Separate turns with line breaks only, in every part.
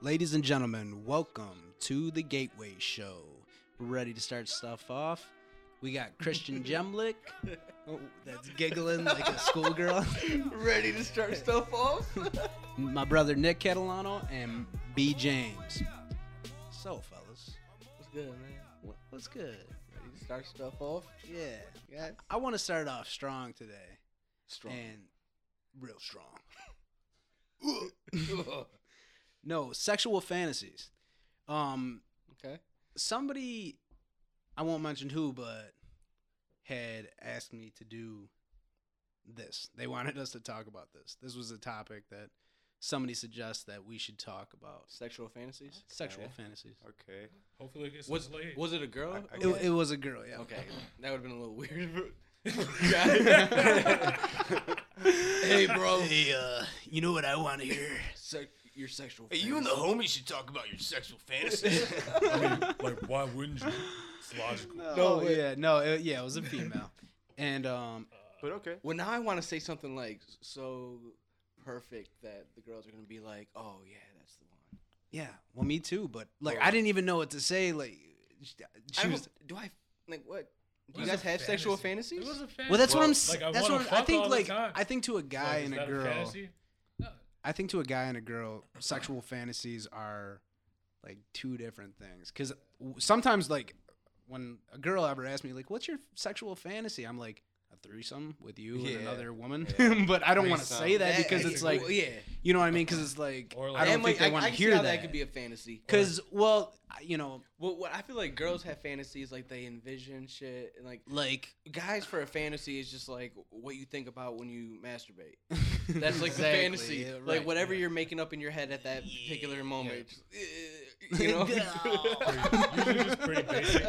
Ladies and gentlemen, welcome to the Gateway Show. We're ready to start stuff off. We got Christian Jemlick, oh, that's giggling like a schoolgirl.
Ready to start stuff off?
My brother Nick Catalano and B James. So, fellas,
What's good, man?
wha- what's good?
Ready to start stuff off?
Yeah,
Yes.
I want to start off strong today,
Strong.
and real strong. No, sexual fantasies. Um,
okay.
somebody I won't mention who, but had asked me to do this. They wanted us to talk about this. This was a topic that somebody suggests that we should talk about.
Sexual fantasies?
Sexual
Okay.
fantasies.
Okay.
Hopefully it gets
Was,
was, late.
was it a girl?
I- I
It, it was a girl, yeah.
okay. That would have been a little weird.
hey, bro. Hey, uh, you know what I want to hear?
Se- your sexual
homies should talk about your sexual fantasies.
like, why wouldn't you? It's logical.
No,
No, it-
yeah, no, it, yeah, it was a female, and um,
but okay.
Well, now I want to say something like so perfect that the girls are going to be like, oh, yeah, that's the one.
yeah, well, me too, but like, I didn't even know what to say. Like, she-
I
she
don't-
was.
do I, like, what? Do
It
you
was
guys
a
have sexual
fantasy.
fantasies?
It was a fantasy.
Well, that's what I'm. s-
Like, I
that's
wanna
what I'm, I
fuck all
think.
the
Like,
time.
I think to a guy
Like, is
and a
that
girl.
fantasy? No.
I think to a guy and a girl, sexual fantasies are like two different things. Because sometimes, like, when a girl ever asks me, like, "What's your sexual fantasy?" I'm like, "A threesome with you
Yeah.
and another woman."
Yeah.
but I don't want to
Threesome.
say that because
That-
it's like,
well, yeah.
you know what I mean? Because it's like,
Or
I
like-
don't think
And, like,
they want to
I can see
hear
how
that.
could be a fantasy.
Because well, I- you know,
Well, what I feel like girls have fantasies, like they envision shit, and like
like
guys for a fantasy is just like what you think about when you masturbate. That's like the fantasy,
yeah,
like
right,
whatever
yeah.
you're making up in your head at that
Yeah,
particular
yeah.
moment. Just, you know,
Usually just pretty basic.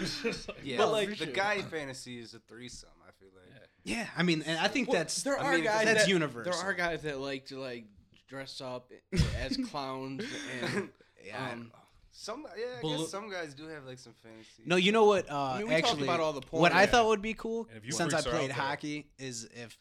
It's just like,
Yeah.
But,
Well,
like,
the
sure.
guy fantasy is a threesome. I feel like.
Yeah.
Yeah, I mean, and I think
Well,
that's
there
I
are
mean,
guys
that's
that-
universal.
there are guys that like to like dress up as clowns and.
Yeah, I
um,
don't know.
Some yeah, I
Bal-
guess some guys do have like some fantasies.
No, you know what? Uh,
I mean, we
actually,
talked about all the porn.
what I
Yeah.
thought would be cool,
And if you
since I
freaks are out
played
there-
hockey, is if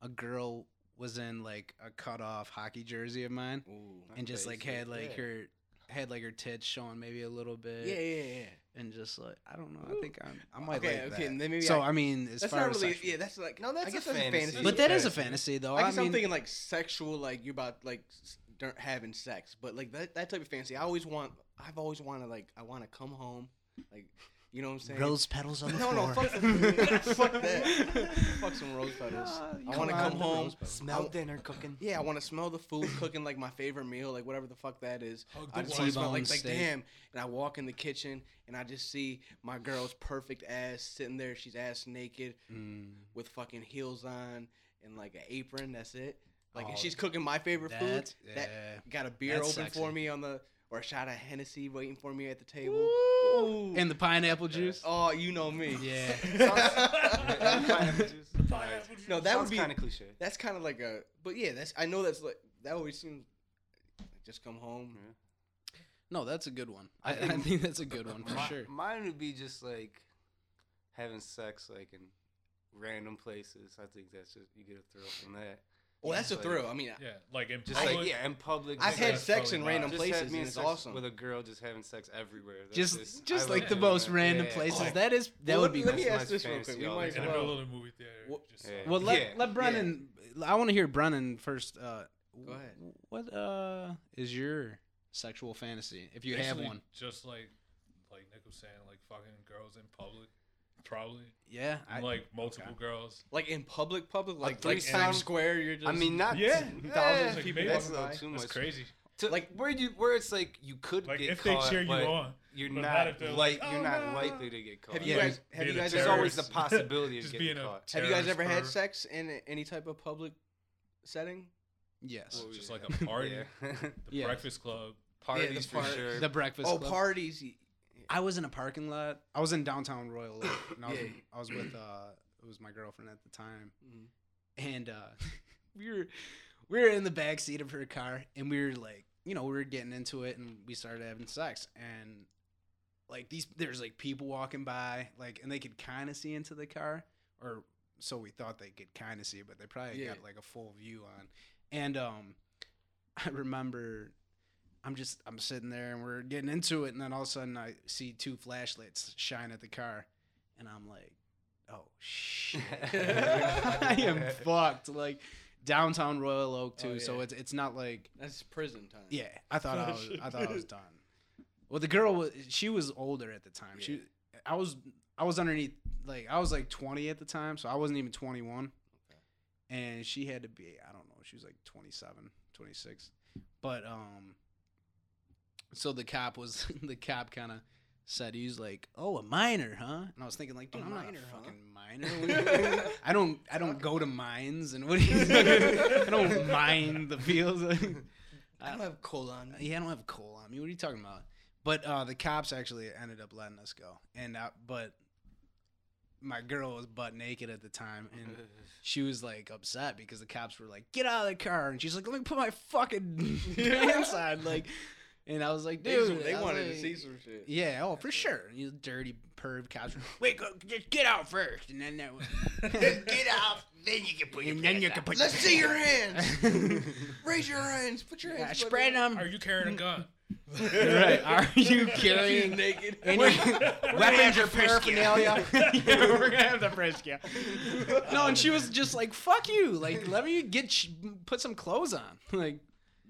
a girl was in like a cut off hockey jersey of mine
Ooh.
and just like
Basically,
had like
yeah.
her had like her tits showing maybe a little bit,
Yeah, yeah, yeah.
and just like I don't know, I think I'm, I might
Okay,
like
okay,
that.
then maybe
so
I-
I, mean, as
That's
far
not
as
really.
sexual-
Yeah, that's like
No, that's
I
a
guess that's
fantasy.
fantasy.
but that is a
Okay.
fantasy though.
I
I,
guess I am
mean,
thinking like sexual, like you're about like s- dur- having sex, but like that, that type of fantasy. I always want. I've always wanted like I want to come home, like you know what I'm saying.
rose petals on the
no,
floor.
no, fuck, the- fuck that. fuck some rose petals. I want to
on,
come
the
home.
rose petals.
smell
I-
dinner cooking.
Yeah, I want to smell the food cooking like my favorite meal, like whatever the fuck that is.
Hug the
I just want to smell
T-bone
like, like
steak.
damn. And I walk in the kitchen and I just see my girl's perfect ass sitting there. She's ass naked
Mm,
with fucking heels on and like an apron. That's it. Like
Oh,
and she's cooking my favorite food.
that's-
That
yeah.
got a beer
That's
open
sexy.
for me on the or a shot of Hennessy waiting for me at the table. Ooh.
and the pineapple juice.
oh, you know me.
Yeah.
pineapple juice.
no, that would be
kind of cliche.
that's kind of like a but yeah, that's I know that's like that always seems like just come home.
No, that's a good one.
I
I, I
think-
think that's a good one for
Mi-
sure.
Mine would be just like having sex like in random places. I think that's just you get a thrill from that.
Well, that's a
Like-
thrill. I mean,
Yeah, like in
Just
public.
like yeah, in public.
I've
just
had
like-
that's
sex
probably
in
why.
random
Just had
places
me
and
and
it's
sex
awesome.
with a girl just having sex everywhere. That's
just
just,
just
I
like the
doing
most
that.
random
Yeah.
places.
Oh.
that is that
Well,
would be.
let me
cool.
That's
ask
my
this real quick.
fantasy
We
all
might
day.
as
in the
well-
middle of the movie theater.
Well-
just
Yeah.
like,
Well, let
Yeah.
let Brennan. I want to hear Brennan first. Uh,
Go ahead.
What uh is your sexual fantasy if you have
basically
one?
Just like, like Nick was saying, like fucking girls in public, probably.
Yeah,
And, like multiple girls.
Like in public, public, like, like
threesome?
Times Square. You're just
I mean, not
Yeah.
thousands
Thousands
of
of
people.
people
That's a
walking
little
by.
too
That's
much.
crazy.
To,
Like-
like where you where it's like you could
Like
get
if they
caught,
cheer you
but
on,
you're
but
not,
not if they're
like,
like,
you're
"Oh,
not
no."
likely to get caught.
have you
Yeah,
guys have you
Being a
guys
There's always
terrorist.
the possibility of
Just
getting
being a
caught.
have you guys
terrorist
ever had
for-
sex in any type of public setting?
Yes,
Well,
Just
yeah.
like a party,
Yeah.
the
Yeah.
Breakfast Club.
Parties
the
for
part-
sure.
the Breakfast
oh,
Club.
parties. y-
I was in a parking lot. I was in downtown Royal, Oak, and I was
Yeah.
I was with uh it was my girlfriend at the time,
Mhm.
and uh we were we were in the back seat of her car and we were like you know we were getting into it and we started having sex and like these there's like people walking by like and they could kind of see into the car or so we thought they could kind of see but they probably
Yeah.
got like a full view on and um i remember I'm just I'm sitting there and we're getting into it, and then all of a sudden I see two flashlights shine at the car, and I'm like, oh shit, I am fucked. Like downtown Royal Oak too,
Oh,
so
yeah.
it's it's not like
That's prison time.
yeah. I thought
Oh,
I was I thought I was done. Well, the girl was she was older at the time. She I was I was underneath like I was like 20 at the time, so I wasn't even 21. And she had to be I don't know, she was like 27, 26. But um so the cop was the cop kind of said he's like, "Oh, a minor, huh?" And I was thinking like,
A
"Dude, I'm not a
minor, huh?"
fucking minor. What do you- I don't I don't go to mines and what do you I don't mind the fields.
I don't have colon.
yeah, I don't have coal on me. What are you talking about? But uh, the cops actually ended up letting us go, and uh, but my girl was butt naked at the time, and she was like upset because the cops were like, "Get out of the car," and she's like, "Let me put my fucking pants on," like, and I was like,
They, was-
"Dude, I
they
was
wanted to
like-
see some shit.
yeah, oh, for sure. You dirty perv cops. Wait, go, just get out first, and then that. get out, then you can put your. And then you can put.
Let's see your hands.
hands.
Raise your hands. Put your hands.
yeah,
up.
spread them.
Are you carrying a gun?
right? Are you
She's
carrying
naked.
any weapons or paraphernalia? yeah, we're gonna have the Frisca. no, and she was just like, "Fuck you! Like, let me get sh- put some clothes on." Like,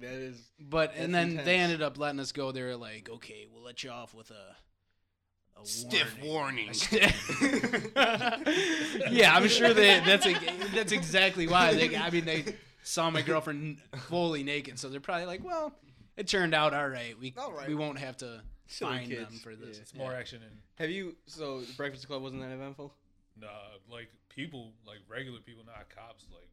That is.
but and then
That's
they
intense.
ended up letting us go. They were like, "Okay, we'll let you off with a." A
Stiff warning.
A stiff- yeah, I'm sure that that's a, that's exactly why they. I mean, they saw my girlfriend fully naked, so they're probably like, "Well, it turned out all right. We
All right.
we won't have to
Silly
fine them
kids.
for this."
Yeah.
It's more action and
Have you? So Breakfast Club wasn't that eventful.
nah, uh, like people, like regular people, not cops, like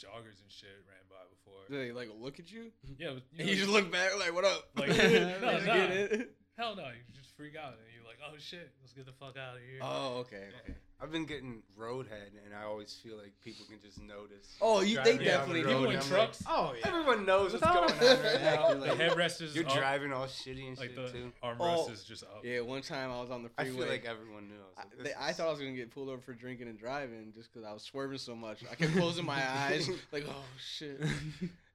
joggers and shit ran by before.
Did they like look at you?
Yeah, but you
And
know,
you just look back like, what up?
Like,
You
no,
just
no.
get it?
hell no, you just freak out and you're like, oh shit, let's get the fuck out of here.
Oh, okay. okay.
I've been getting roadhead, and I always feel like people can just notice.
Oh, you, they
Driving down
definitely
the
people
do.
road,
in
I'm like,
trucks,
Oh yeah.
Everyone knows what's going
Without
on
a-
right now.
Exactly,
the
like-
headrest is
You're
up,
driving all shitty and
like
shit
the
too.
armrest
Oh,
is just up.
Yeah, one time I was on the
I
freeway.
feel like everyone knew. I,
I,
was like,
they,
this
I
is-
thought I was gonna get pulled over for drinking and driving just because I was swerving so much. I kept closing my eyes, like, oh shit.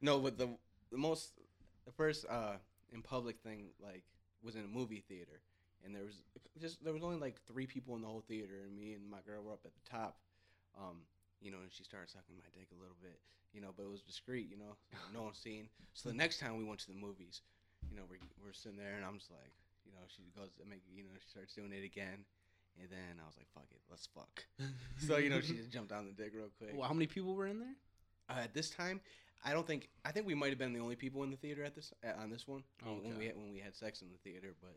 No, but the the most the first uh in public thing like was in a movie theater, and there was just there was only like three people in the whole theater, and me and my girl were up at the top, um, you know, and she started sucking my dick a little bit, you know, but it was discreet, you know, no one's seen. So the next time we went to the movies, you know, we're we're sitting there, and I'm just like, you know, she goes, I make, you know, she starts doing it again. And then I was like, "Fuck it, let's fuck." So you know, she just jumped on the dick real quick.
Well, how many people were in there?
Uh, at this time, I don't think I think we might have been the only people in the theater at this uh, on this one
Oh,
when
okay.
we had, when we had sex in the theater. But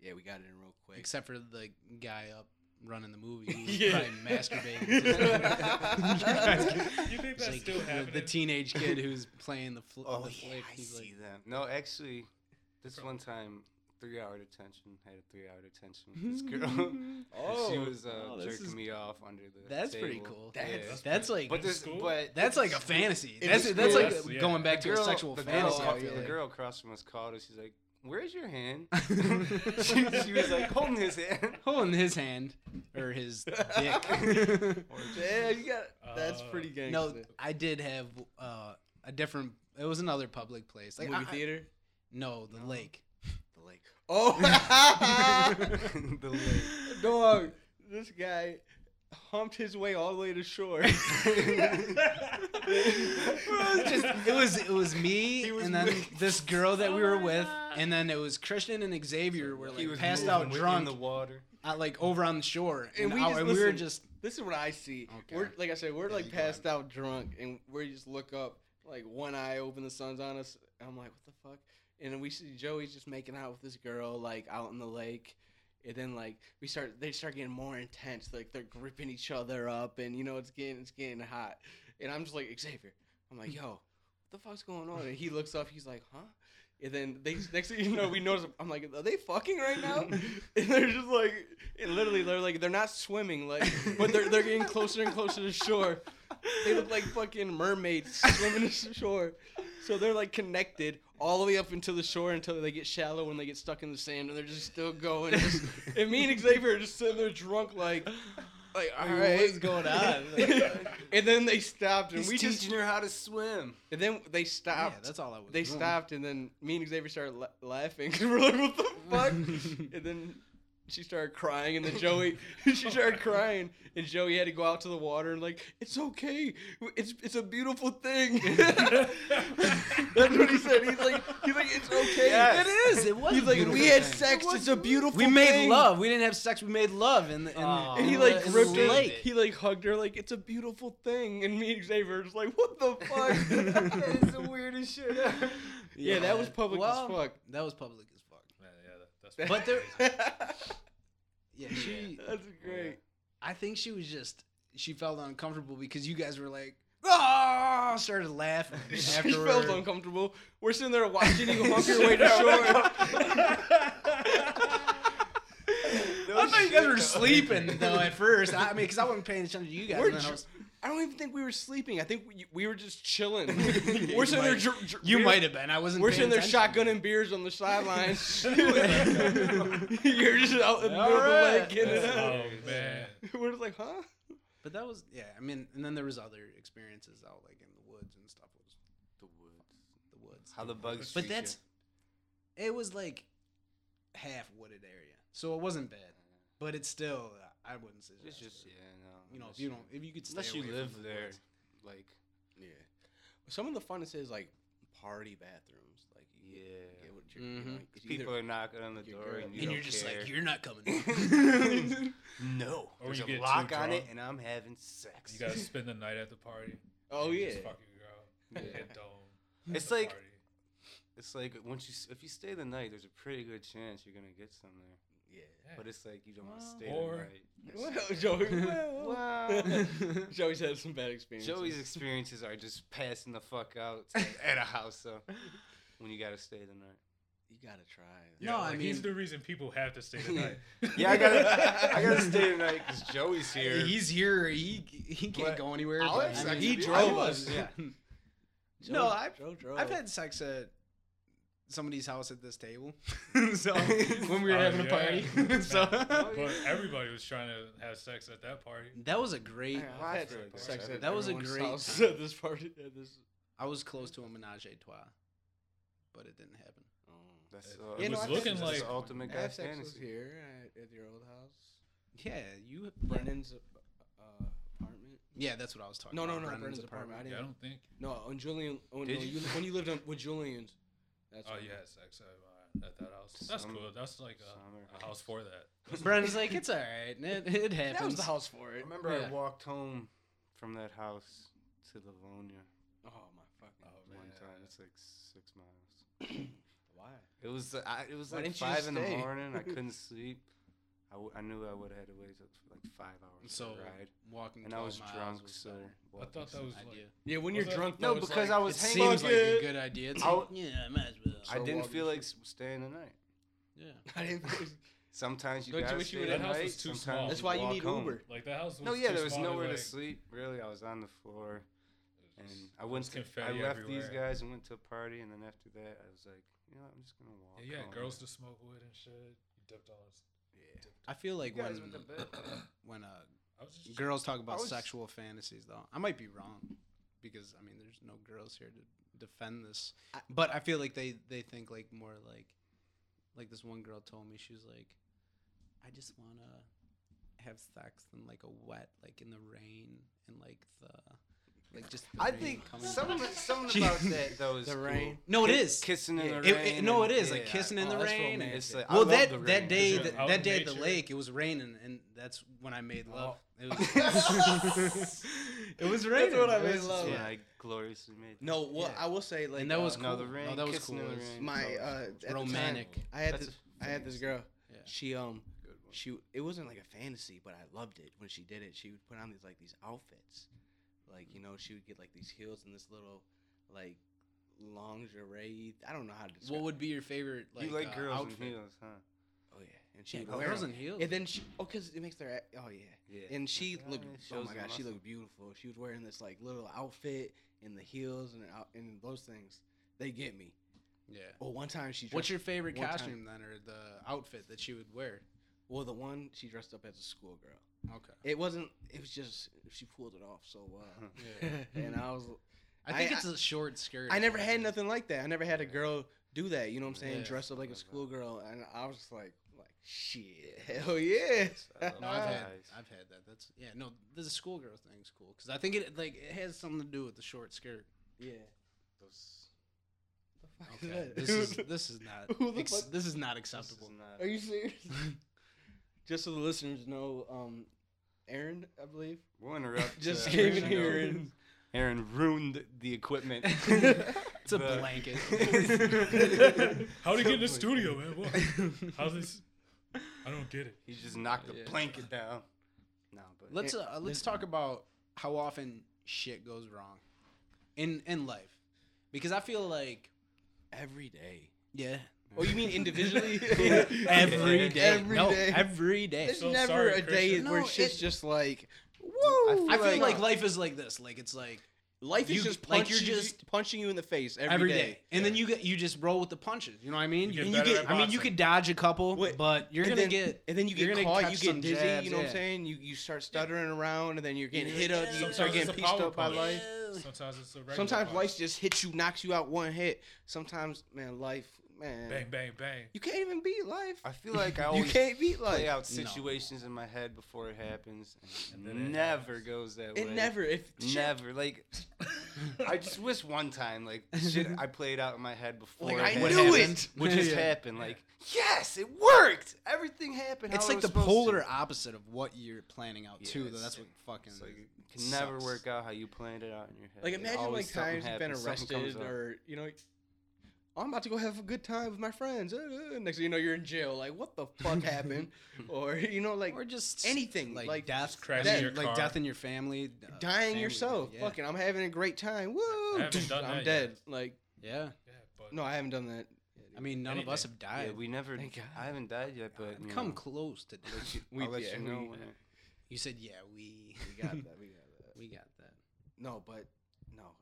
yeah, we got it in real quick.
Except for the guy up running the movie, who was
Yeah.
probably masturbating.
You think
It's
that's
like
still
the,
happening?
the teenage kid who's playing the, fl-
Oh
the
yeah,
flick,
I
he's like-
see them. No, actually, this one time, three-hour detention had a three-hour detention. With this girl, And she was uh,
wow, this
jerking
is-
me off under the.
Oh. that's pretty
table.
cool.
Yeah.
That's,
That's
that's
pretty-
like
But
In
this,
school?
but
that's like a fantasy.
In
That's
the
that's
school,
like
that's- yeah.
going back
the
to
girl-
a sexual
the
fantasy.
Girl,
I feel
the
like.
girl across from us called us. She's like, "Where's your hand?" she, she was like holding his hand.
holding his hand or his dick.
yeah, you got that's
Uh,
pretty gangster.
no, I did have uh, a different. It was another public place. Like
movie
I- I-
theater,
No, the lake.
the lake. Oh,
the leg.
dog! This guy humped his way all the way to shore.
It was just it was it was me
was
and then
moved.
this girl that we were
Oh my
with
God.
and then it was Christian and Xavier were
He
like
was
passed
moving
out
in
drunk
the water.
at, like over on the shore and,
And we
I-
just
and we were
listened.
just
This is what I see.
Okay.
We're like I said, we're
Yeah,
like
you go ahead.
passed out drunk, and we just look up, like one eye open, the sun's on us. and I'm like, what the fuck? And then we see Joey's just making out with this girl, like out in the lake. And then like we start, they start getting more intense. Like they're gripping each other up, and you know it's getting it's getting hot. And I'm just like Xavier. I'm like, yo, what the fuck's going on? And he looks up. He's like, huh? And then they next thing you know, we notice. I'm like, are they fucking right now? And they're just like, and literally, they're like, they're not swimming, like, but they're they're getting closer and closer to shore. They look like fucking mermaids swimming to shore. So they're like connected all the way up until the shore until they get shallow and they get stuck in the sand and they're just still going. Just- and me and Xavier are just sitting there drunk, like, like, all
Like,
right,
what is going on?
and then they stopped, and
He's
we
teaching
just,
her how to swim.
and then they
Yeah,
stopped.
that's all I was.
they
doing.
stopped, and then me and Xavier started la- laughing. 'cause we're like, what the fuck? and then she started crying, and then Joey, she started crying, and Joey had to go out to the water and like, it's okay, it's it's a beautiful thing. That's what he said. He's like, he's like, it's okay.
Yes.
It is. It was.
He's
a
like,
beautiful
we had
thing.
sex. It's a beautiful.
We made
thing."
love. We didn't have sex. We made love. And, and,
Aw.
And he
Oh,
like
that's
gripped
the
her,
sweet.
lake.
he like hugged her, like it's a beautiful thing. And me and Xavier were just like, what the fuck?
that is the weirdest shit ever.
yeah, that was public
Well,
as fuck.
That was public as fuck.
Man, yeah, that, that's fucking
But there-
crazy.
that's
Yeah, she.
great.
I think she was just. She felt uncomfortable because you guys were like, oh, started laughing.
She
afterward.
felt uncomfortable. We're sitting there watching you hump your way to shore.
I thought you guys were
shit, though.
sleeping though at first. I I mean, because I wasn't paying attention to you guys.
We're
and then I
dr-
was-
I don't even think we were sleeping. I think we, we were just chilling.
You
we're sitting there.
might-
dr- dr-
you
we're-
might have been. I wasn't.
We're
paying
sitting there
attention.
shotgunning beers on the sidelines. You're just out in the
All
middle of the lake
right.
getting it out.
oh man,
We're just like, huh?
But that was yeah. I mean, and then there was other experiences out like in the woods and stuff. Was
The woods.
the woods.
How the bugs treat
But
you.
that's it was like half wooded area, so it wasn't bad. But it's still I wouldn't say
It's just yeah, no.
you know
unless
if you don't if you could stay
unless you
away from
live
the
there,
woods.
like
Yeah. Some of the funnest is like party bathrooms. Like, you get-
Yeah.
get what you're, you
Mhm.
know, Mm-hmm. 'cause you
people
either-
are knocking on the
you're
door
good.
and you
and
don't
you're just
care.
like you're not coming. in."
no.
Or
There's
you get
a
too
lock on it
drunk.
and I'm having sex.
you gotta spend the night at the party.
oh
You
yeah.
just fuck your girl.
Yeah.
Get dome at
It's
the
like-
party.
it's like once you s- if you stay the night, there's a pretty good chance you're gonna get some there.
Yeah.
But it's like you don't want to
Well-
stay
Or-
the
Well,
night.
Joey.
Well.
Well. Joey's had some bad experiences.
Joey's experiences are just passing the fuck out at a house, so when you gotta stay the night.
You gotta try.
Yeah,
No, I
like, he's
mean-
the reason people have to stay the night.
Yeah, I gotta, I gotta stay the night because Joey's here.
He's here. He he can't
But
go anywhere.
I'll
but,
have
I
sex
mean, he
with you.
drove
I
us.
was,
Yeah.
Joe,
No, I've-
Joe drove.
I've had sex at somebody's house at this table. so when we were
Oh,
having
yeah.
a party, so
but everybody was trying to have sex at that party.
that was a great.
Yeah,
I've
I've
had
had
sex
sex
at
at
That was a
everyone's
great-
house at this party. At this.
I was close to a menage a trois, but it didn't happen.
That's,
It
uh,
was looking
that's
like-
the ultimate
I
guy's
had sex was
fantasy.
here at, at your old house,
Yeah, you.
Brennan's uh, apartment.
Yeah, that's what I was talking.
No, no,
about.
no, Brennan's apartment. I
Yeah, I
didn't.
don't think.
No, on Julian. Oh,
Did
no,
you?
you? when you lived on, with Julian's. That's
Oh,
when-
you had sex at, uh, at that house. That's
Summer-
cool. That's like uh,
summer
a, a house for that.
Brennan's like, it's all right. It, it happens.
That was the house for
I
it.
remember
Yeah.
I walked home from that house to Livonia
Oh my fucking.
Oh,
one
man.
time. It's like six miles.
Why?
It was uh, I, it was
Why
like
didn't you just
five in the
stay?
morning. I couldn't sleep. I, w- I knew I would have had to wait till like five hours
So
for a ride,
walking.
and I
12
was
miles
drunk.
was
so
better
I thought that was
idea.
like.
Yeah, when
Was
you're
that-
drunk.
no
though, it's
because
like,
I was
it
hanging.
seems like a
it.
good idea. It's
I
like,
w-
yeah, I might as well.
I
So
didn't
walking.
feel like s- staying the night.
yeah.
I didn't.
Sometimes you
Don't you
gotta
wish you
stay
would've-
the
That house
night.
was too
Sometimes
small.
That's why you
walk
need
home.
Uber.
Like that house was.
No, yeah,
too
there was
small
nowhere
like,
to sleep. Really, I was on the floor, and I
was
went. To, I
confetti
left these
everywhere.
guys and went to a party, and then after that, I was like, you know, what, I'm just gonna walk.
Yeah, yeah
home.
girls to smoke with and shit. You dipped on us.
Yeah.
I feel like
guys
when
went to bed.
when uh,
I was just.
girls talk
I
about
was-
sexual fantasies though i might be wrong because i mean there's no girls here to defend this
I-
but i feel like they they think like more like like this one girl told me she was like i just want to have sex in like a wet like in the rain and like the like just the
I
rain
think
coming
something,
down."
something
She-
about that though is
The
cool.
rain.
no it
Ki-
is
kissing in the
It-
rain.
it- no it
and-
is like
yeah.
kissing in
Oh,
the
that's
rain and-
romantic.
It's like, I
well
love
that
the rain.
that day
Is it
that,
out
that
in
day at the
nature?
lake it was raining and that's when i made love it was,
That's
it was raining
Oh. what I
It
made
was-
love.
when
yeah.
I gloriously made.
No, well,
Yeah.
I will say like
and that was
uh,
cool.
no, the rain,
no, that was
kissing
cool.
in the
It was
rain.
my
It's
uh,
always
at the time,
romantic.
I had
That's
this,
a
I had this girl.
Yeah.
She um
good one.
she it wasn't like a fantasy, but I loved it when she did it. She would put on these like these outfits, like you know she would get like these heels and this little like lingerie. I don't know how to describe.
What would be your favorite? Like,
you like
uh,
girls
outfit?
in heels, huh?
oh yeah, and she
Yeah,
would wear
girls
them.
in heels.
And then she oh because it makes their a- oh yeah.
Yeah.
And she
Yeah,
looked,
it
oh
shows
my
the
gosh, she
muscle.
looked beautiful. She was wearing this like little outfit and the heels and out- and those things. They get me.
yeah.
Well, one time she. Dressed,
What's your favorite
one time-
costume then, or the outfit that she would wear?
Well, the one she dressed up as a schoolgirl.
Okay.
It wasn't. It was just she pulled it off so
Uh-huh.
well.
Yeah.
and I was.
I think
I-
it's a short skirt.
I never had
Yeah.
nothing like that. I never had a girl do that. You know what I'm saying?
Yeah.
Dress up like a
I love that.
schoolgirl, and I was just like, like shit, hell yeah.
I love
No, I've had
Nice.
I've had that. That's yeah. No, the schoolgirl thing's cool because I think it like it has something to do with the short skirt.
Yeah.
Those-
The fuck
Okay,
is
this
that?
is this is not
Who the
ex-
fuck-
this is not
this is
acceptable.
not-
Are you serious? just so the listeners know, um, Aaron, I believe,
We'll interrupt.
just
uh,
came in
Aaron.
here and
Aaron ruined the equipment.
It's a
The-
blanket.
How'd he get in the studio, man? What? How's this? I don't get it.
he just knocked the
Yeah.
blanket down. No, but
let's uh, let's talk about how often shit goes wrong in in life because I feel like
every day.
yeah
Oh, you mean individually?
every
Yeah.
day
Every
no
day.
every day.
There's
So
never
sorry,
a day
Christian.
where
No,
shit's
it-
just like, whoa.
I feel like life is like this. Like it's like
life is
you-
just
like, you're
punching, you-
just-
punching you in the face
every day.
day.
And then you get you just roll with the punches. You know what I mean?
You get
and you
better
get
at
I mean you
boxing.
could dodge a couple,
Wait,
but you're
and
gonna
then-
get
And then you
you're
get
gonna
caught,
catch
you
some
get dizzy,
jabs,
you know what
yeah.
I'm saying? You you start stuttering around, and then you're getting
Yeah.
hit up, you
Sometimes
start
it's
getting
a
pieced
power
up by
punch.
life.
Sometimes it's a regular
Sometimes
punch.
life just hits you, knocks you out one hit. Sometimes, man, life, man,
bang bang bang.
you can't even beat life.
I feel like I
You
always
can't beat
play
life.
out
No.
situations in my head before it happens.
And
And
then it
never
happens.
goes that
It
way.
never, if shit-
Never. Like I just wish one time, like shit, I played out in my head before.
Like,
it
I
what
knew
happened,
it!
What just
Yeah.
happened? Like yes, it worked. Everything happened.
it's
how it
like
was
the
supposed to.
polar opposite of what you're planning out
Yeah,
too. Though
it's-
that's what fucking
It's like, it can never
sucks.
work out how you planned it out in your head.
Like
It
imagine like
always
times
something
you've been
happens, something comes
arrested
up.
or you know, I'm about to go have a good time with my friends. Uh, uh, next thing you know, you're in jail. Like what the fuck happened? Or you know, like
or just
anything,
like,
like,
death,
Just crashing
death-
your
like
car.
death in your family, uh,
dying
family,
yourself.
Yeah,
Fucking, I'm having a great time. Woo!
haven't done
I'm
that
dead.
yet.
Like
yeah.
Yeah, but
no, I haven't done that.
I mean, none of us have
Yeah,
died.
we never.
Thank God.
I haven't died yet, but you
come
know,
close to death.
let you,
We-
I'll let
yeah,
you know.
we-
when it-
You said, "Yeah, we
we got that. We got that.
we got that."
No, but no,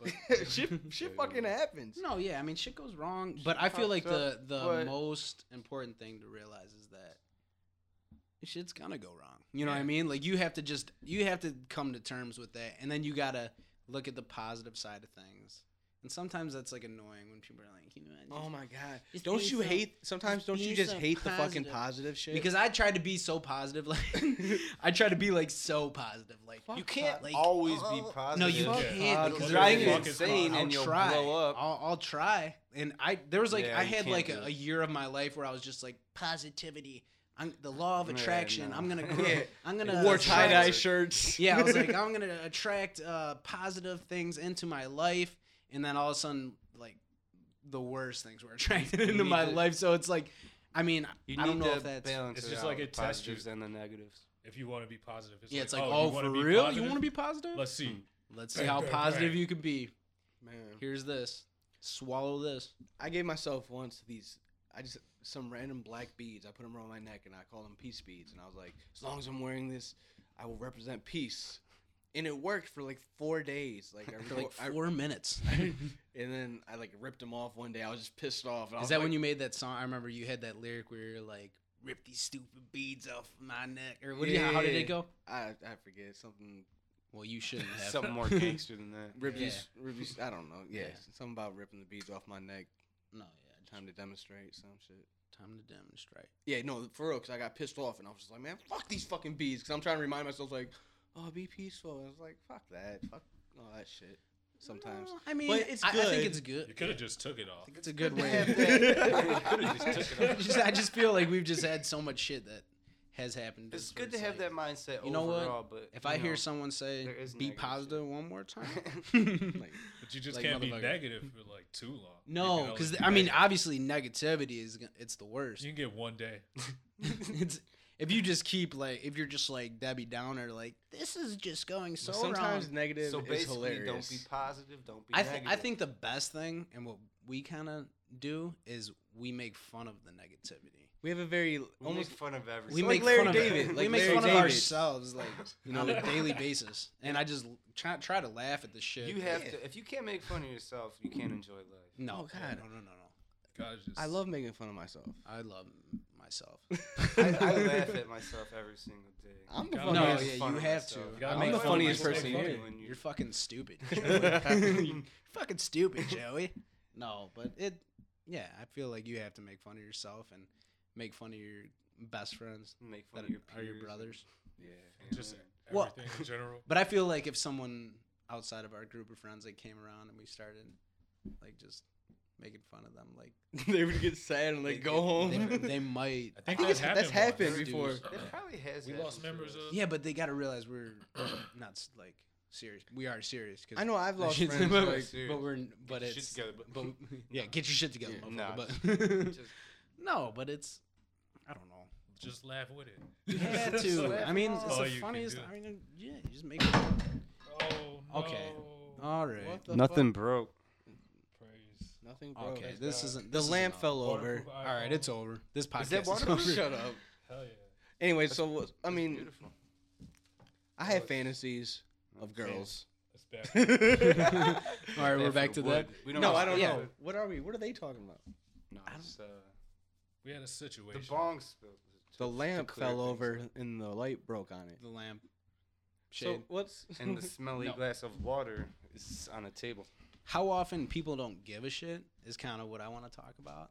But-
but shit, shit fucking happens.
No, yeah, I mean shit goes wrong, but I feel like
fucks
the
up,
the
but-
most important thing to realize is that shit's gonna go wrong. You know what I mean? Like you have to just you have to come to terms with that, and then you gotta look at the positive side of things. And sometimes that's like annoying when people are like, you know, I
Oh
just-
my god!
Just
Don't
be
you
so-
hate? Sometimes
just
don't
be
you just
so
hate the fucking
positive.
positive shit?
because I try to be so positive. Like I try to be like so positive. Like
Fuck
you can't
po-
like
always be
oh,
positive.
no, you
Yeah.
can't.
You'll
Because
Drive
drive
like,
fucking
you insane
car.
I'll
and you'll
try.
blow up.
I'll, I'll try. And I there was like
Yeah,
I
you
had
can't
like
do
a,
it.
a year of my life where I was just like positivity. I'm the law of
Yeah,
attraction.
no.
I'm gonna grow.
Yeah.
I'm gonna
I
wore
was
tie
attract-
dye
shocked.
shirts.
Yeah, I was like I'm gonna attract uh, positive things into my life, and then all of a sudden like the worst things were attracted into
need
my
to-
life. So it's like, I mean,
You
I don't
need
know
to
if that's
balance
It's
it
just
out,
like
the
it tests you.
positives and the negatives.
if you want to be positive, it's
yeah.
like,
It's like
oh,
oh,
you wanna
for
be
real,
Positive?
you want to be positive?
Let's see.
Let's see
Bang,
how
bang,
positive
bang.
you can be.
Man,
Here's this. Swallow this.
I gave myself once these. I just some random black beads. I put them around my neck and I called them peace beads. And I was like, as long as I'm wearing this, I will represent peace. And it worked for like four days. Like I,
For
like
like four minutes.
and then I like ripped them off one day. I was just pissed off. And I
Is
was
that
like,
when you made that song? I remember you had that lyric where you're like, "Rip these stupid beads off my neck," or what? do you- how did
Yeah.
it go?
I I forget something.
Well, you shouldn't have.
Something more gangster than that.
Rip
Yeah.
these, rip these- I don't know. Yeah,
Yeah.
something about ripping the beads off my neck.
No, yeah,
Time to demonstrate some shit.
time, time to demonstrate.
Yeah, no, for real, because I got pissed off and I was just like, man, fuck these fucking bees. Because I'm trying to remind myself, like, oh, be peaceful. And I was like, fuck that. Fuck all that shit. Sometimes.
No, I mean,
But it's
I, I
good.
think it's
You
good.
could have just took it off.
I think it's a good
Yeah,
way.
yeah.
Could've just took it
I just, I just feel like we've just had so much shit that has happened.
It's
where
good to have
like,
that mindset
you know what?
overall, but
If I
you
hear
know,
someone say,
there is
"Be
negative shit.
positive" one more time,
Like,
But you just
Like,
can't be
motherfucker.
negative for like too long. You can
no,
only
because
be
I mean,
negative.
obviously, negativity is gon- it's the worst.
you can get one day.
it's if you just keep like if you're just like Debbie Downer, like this is just going so
sometimes
wrong.
negative
so
is
basically,
hilarious.
don't be positive. Don't be
I th-
negative.
I think the best thing and what we kind of do is we make fun of the negativity.
we have a very
we
almost.
make fun of everything.
We
like
make
Larry
fun
David,
of it. we
like
make
Larry
fun of
David.
ourselves, like you know, on a daily basis. And I just l- try try to laugh at the shit.
You have
Yeah.
to. If you can't make fun of yourself, you can't enjoy life.
no,
Oh, God.
no, no, no, no.
God, it's just,
I love making fun of myself.
I love my myself.
I, I laugh at myself every single day.
I'm the
No,
No, yeah,
fucking-
fucking-
make fun
you
of
have
myself.
to.
gotta
I'm
make
the
fun of
funniest
yourself.
person here.
When
You're
you-
fucking stupid. Joey. You're fucking stupid, Joey. No, but it, yeah, I feel like you have to make fun of yourself and make fun of your best friends
make fun
that
of your
are your
peers.
brothers.
Yeah.
And just
Well-
everything in general.
But I feel like if someone outside of our group of friends like came around and we started like just making fun of them, like
they would get sad and like go home.
they, they might.
Oh, I think it's, that's happened
Dude.
before.
It probably has.
We
happened
lost
to
members
us.
of-
Yeah, but they got to realize we're not s- like serious. We are serious. Cause
I know I've lost
Shit's-
friends.
but,
like,
serious.
but we're but
Get your shit
it's
together, but-
but yeah,
Nah.
get your shit together,
Yeah,
motherfucker, but
Just-
no, but it's I don't know.
Just laugh with it.
You had
It's
to.
like,
I mean,
That's
it's
all
the
you can
funniest.
do.
I mean, uh, yeah, you just make. It.
oh,
Okay. Uh,
no.
All right.
what the
Nothing broke.
Praise.
fuck? Nothing. Broke.
Okay,
Praise
this
God.
isn't
The
this
lamp
isn't
fell over.
Waterproof
All All right,
iPhone.
it's over. This
Is that
podcast is
waterproof?
over.
Shut up.
Hell yeah.
Anyway, so what- I
That's
mean,
beautiful.
I have fantasies of girls.
That's bad.
no,
All right, we're
That's
back
for
to
wood.
that.
We
I don't
Yeah.
know. What are we? What are they talking about?
No,
I
it's, uh,
We had a
the
situation.
bong spilled.
The
To
lamp
clear
fell
things
over
up.
and the light broke on it.
The lamp.
So
Shade.
what's
and the smelly
No.
glass of water is on a table.
How often people don't give a shit is kind of what I want to talk about.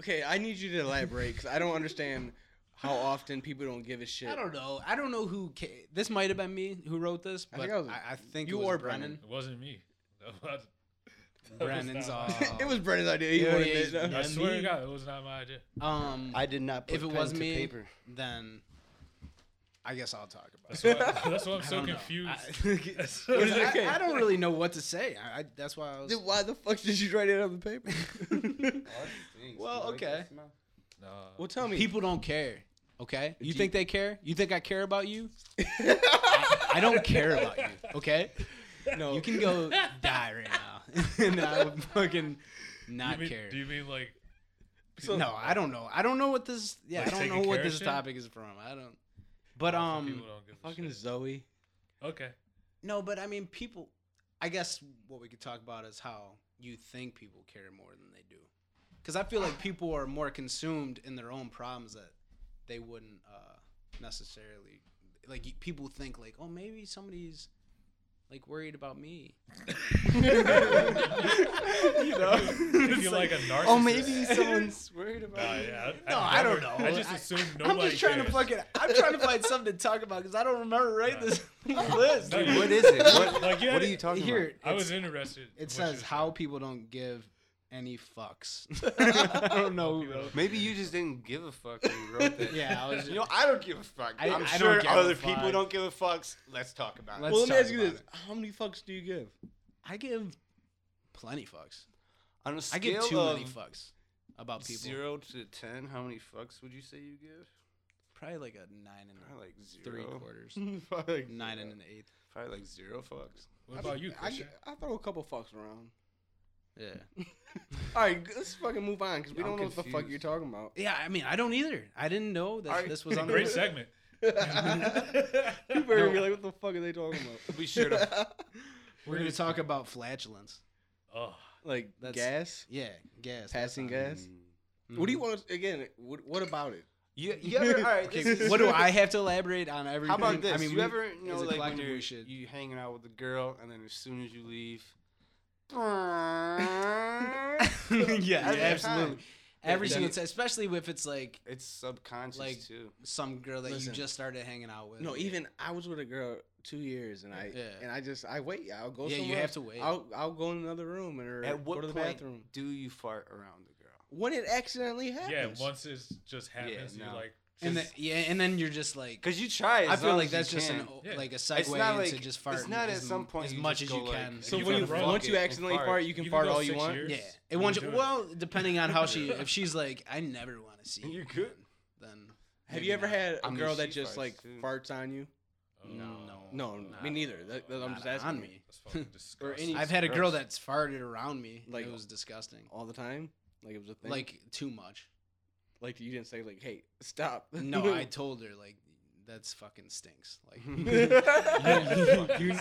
okay? I need you to elaborate because I don't understand how often people don't give a shit.
I don't know. I don't know who. Ca- this might have been me who wrote this,
I
but I
think
I
I
think,
was-
you
you
it was
or
Brennan.
It wasn't me. That was- that was
Brennan's
not
off.
my-
it was Brennan's idea. He
Yeah,
wouldn't
yeah,
admit,
yeah.
no.
I swear
me.
to God, it was not my idea.
Um,
I did not. Put
If it
pen
was
to
me-
paper.
then I guess I'll talk about.
That's
it.
why, that's why I'm
I
so
don't know.
confused. That's-
What is it?
I,
okay?
I don't really know what to say. I, I, that's why I was.
Then why the fuck did you write it on the paper?
Oh, that stinks.
Well,
You like that
okay.
smell?
Nah.
well, tell me.
People don't care. Okay, you
Do
think
you-
they care? You think I care about you? I don't care about you. Okay,
no,
you can go die right now, and I would fucking
Do you
not
mean-
care.
Do you mean like
So-
no, I don't know. I don't know what this. Yeah,
Like
I don't
taking
know what
care of
this
shit?
topic is from. I don't. But
often
um,
people don't give a
fucking
shit?
Zoe.
Okay.
no, but I mean, people. I guess what we could talk about is how you think people care more than they do, because I feel like people are more consumed in their own problems that they wouldn't uh, necessarily like. y- People think like, oh, maybe somebody's like worried about me. you know,
If
It's
you're like a narcissist.
Oh, maybe someone's worried about
Nah,
it.
yeah,
No, I
never-
don't know.
I just
I-
assume
I'm
nobody.
just trying to
cares.
fucking. I'm trying to find something to talk about because I don't remember writing this list.
No,
What is it? What,
Like, you
what
had
are
it-
you talking
Here,
about?
it's-
I was interested. in
it
what
says
you
how
said.
people don't give any fucks. I don't know. who
People
wrote-
Maybe you just didn't give a fuck when you wrote that.
Yeah, I was.
You know, I don't give a fuck.
I-
I, am
I don't
sure
give a
other
fuck.
people don't give a fucks. Let's talk about
Let's
it.
well, let me
talk
ask you
about
this: How many fucks do you give?
I give plenty fucks.
On a
I
scale
give too
of
many fucks about people.
zero to ten, how many fucks would you say you give?
Probably like a nine and
Probably like zero.
three quarters.
Probably like
Nine
zero.
and an eighth.
Probably like zero fucks.
What about you,
I,
Christian?
I throw a couple fucks around.
Yeah.
All right, let's fucking move on because we
I'm
don't know what the fuck
confused.
you're talking about.
Yeah, I mean, I don't either. I didn't know that
Alright,
this was on the
Great
list.
segment.
you better be like, what the fuck are they talking about?
We should have.
We're gonna talk about flatulence.
oh,
like
That's-
gas,
Yeah, gas. mm-hmm.
passing
that's
gas. What do you want? to Again, what, what about it?
You, you ever? All right.
on. Okay,
this is-
what do I have to elaborate on everything?
How about this?
I mean,
you
we-
ever you know
as a
like when
collective,
you're
we should-
you hanging out with a girl and then as soon as you leave, every
yeah,
Every
absolutely.
time.
Every
Yeah.
single time, especially if it's like
it's subconscious
Like-
too.
some girl that
Listen.
you just started hanging out with.
No, even I was with a girl two years, and I
Yeah.
and I just I wait. I'll go.
Yeah, you
somewhere
have
else.
to wait.
I'll I'll go in another room or
At what
go to the
point
bathroom
do you fart around the girl?
when it accidentally
yeah.
happens.
Once it just happens,
no.
you like.
and then,
just-
yeah, and then you're just like,
Because you try. As
I feel
long
like
as you
that's just an
can.
o-
Yeah.
like a
It's
segue
not
into
like-
just farting.
It's not at
as
some
m-
point
as
you
much
just
as you
go, like,
can.
So
you
when
gotta
you
fuck
once
it
you
and
accidentally fart, you can fart
go
all you
six
want.
years,
yeah, it
you
won't.
do
ju- Well, depending on how she, if she's like, I never want to see
You're
you,
good.
again," then
Have
maybe
you ever
not.
had a
I mean,
girl that
she
just
farts,
like
too.
farts on you?
Oh,
No,
No,
Nah.
me neither. That, that- I'm
Not
just asking.
on
you.
me.
That's fucking
Or
disgusting.
any-
I've had a girl
gross.
that's farted around me. Like
Like-
it was disgusting.
all the time. Like it was a thing.
Like too much.
like you didn't say like, hey, stop.
No, I told her like that's fucking stinks. Like you,
I
you,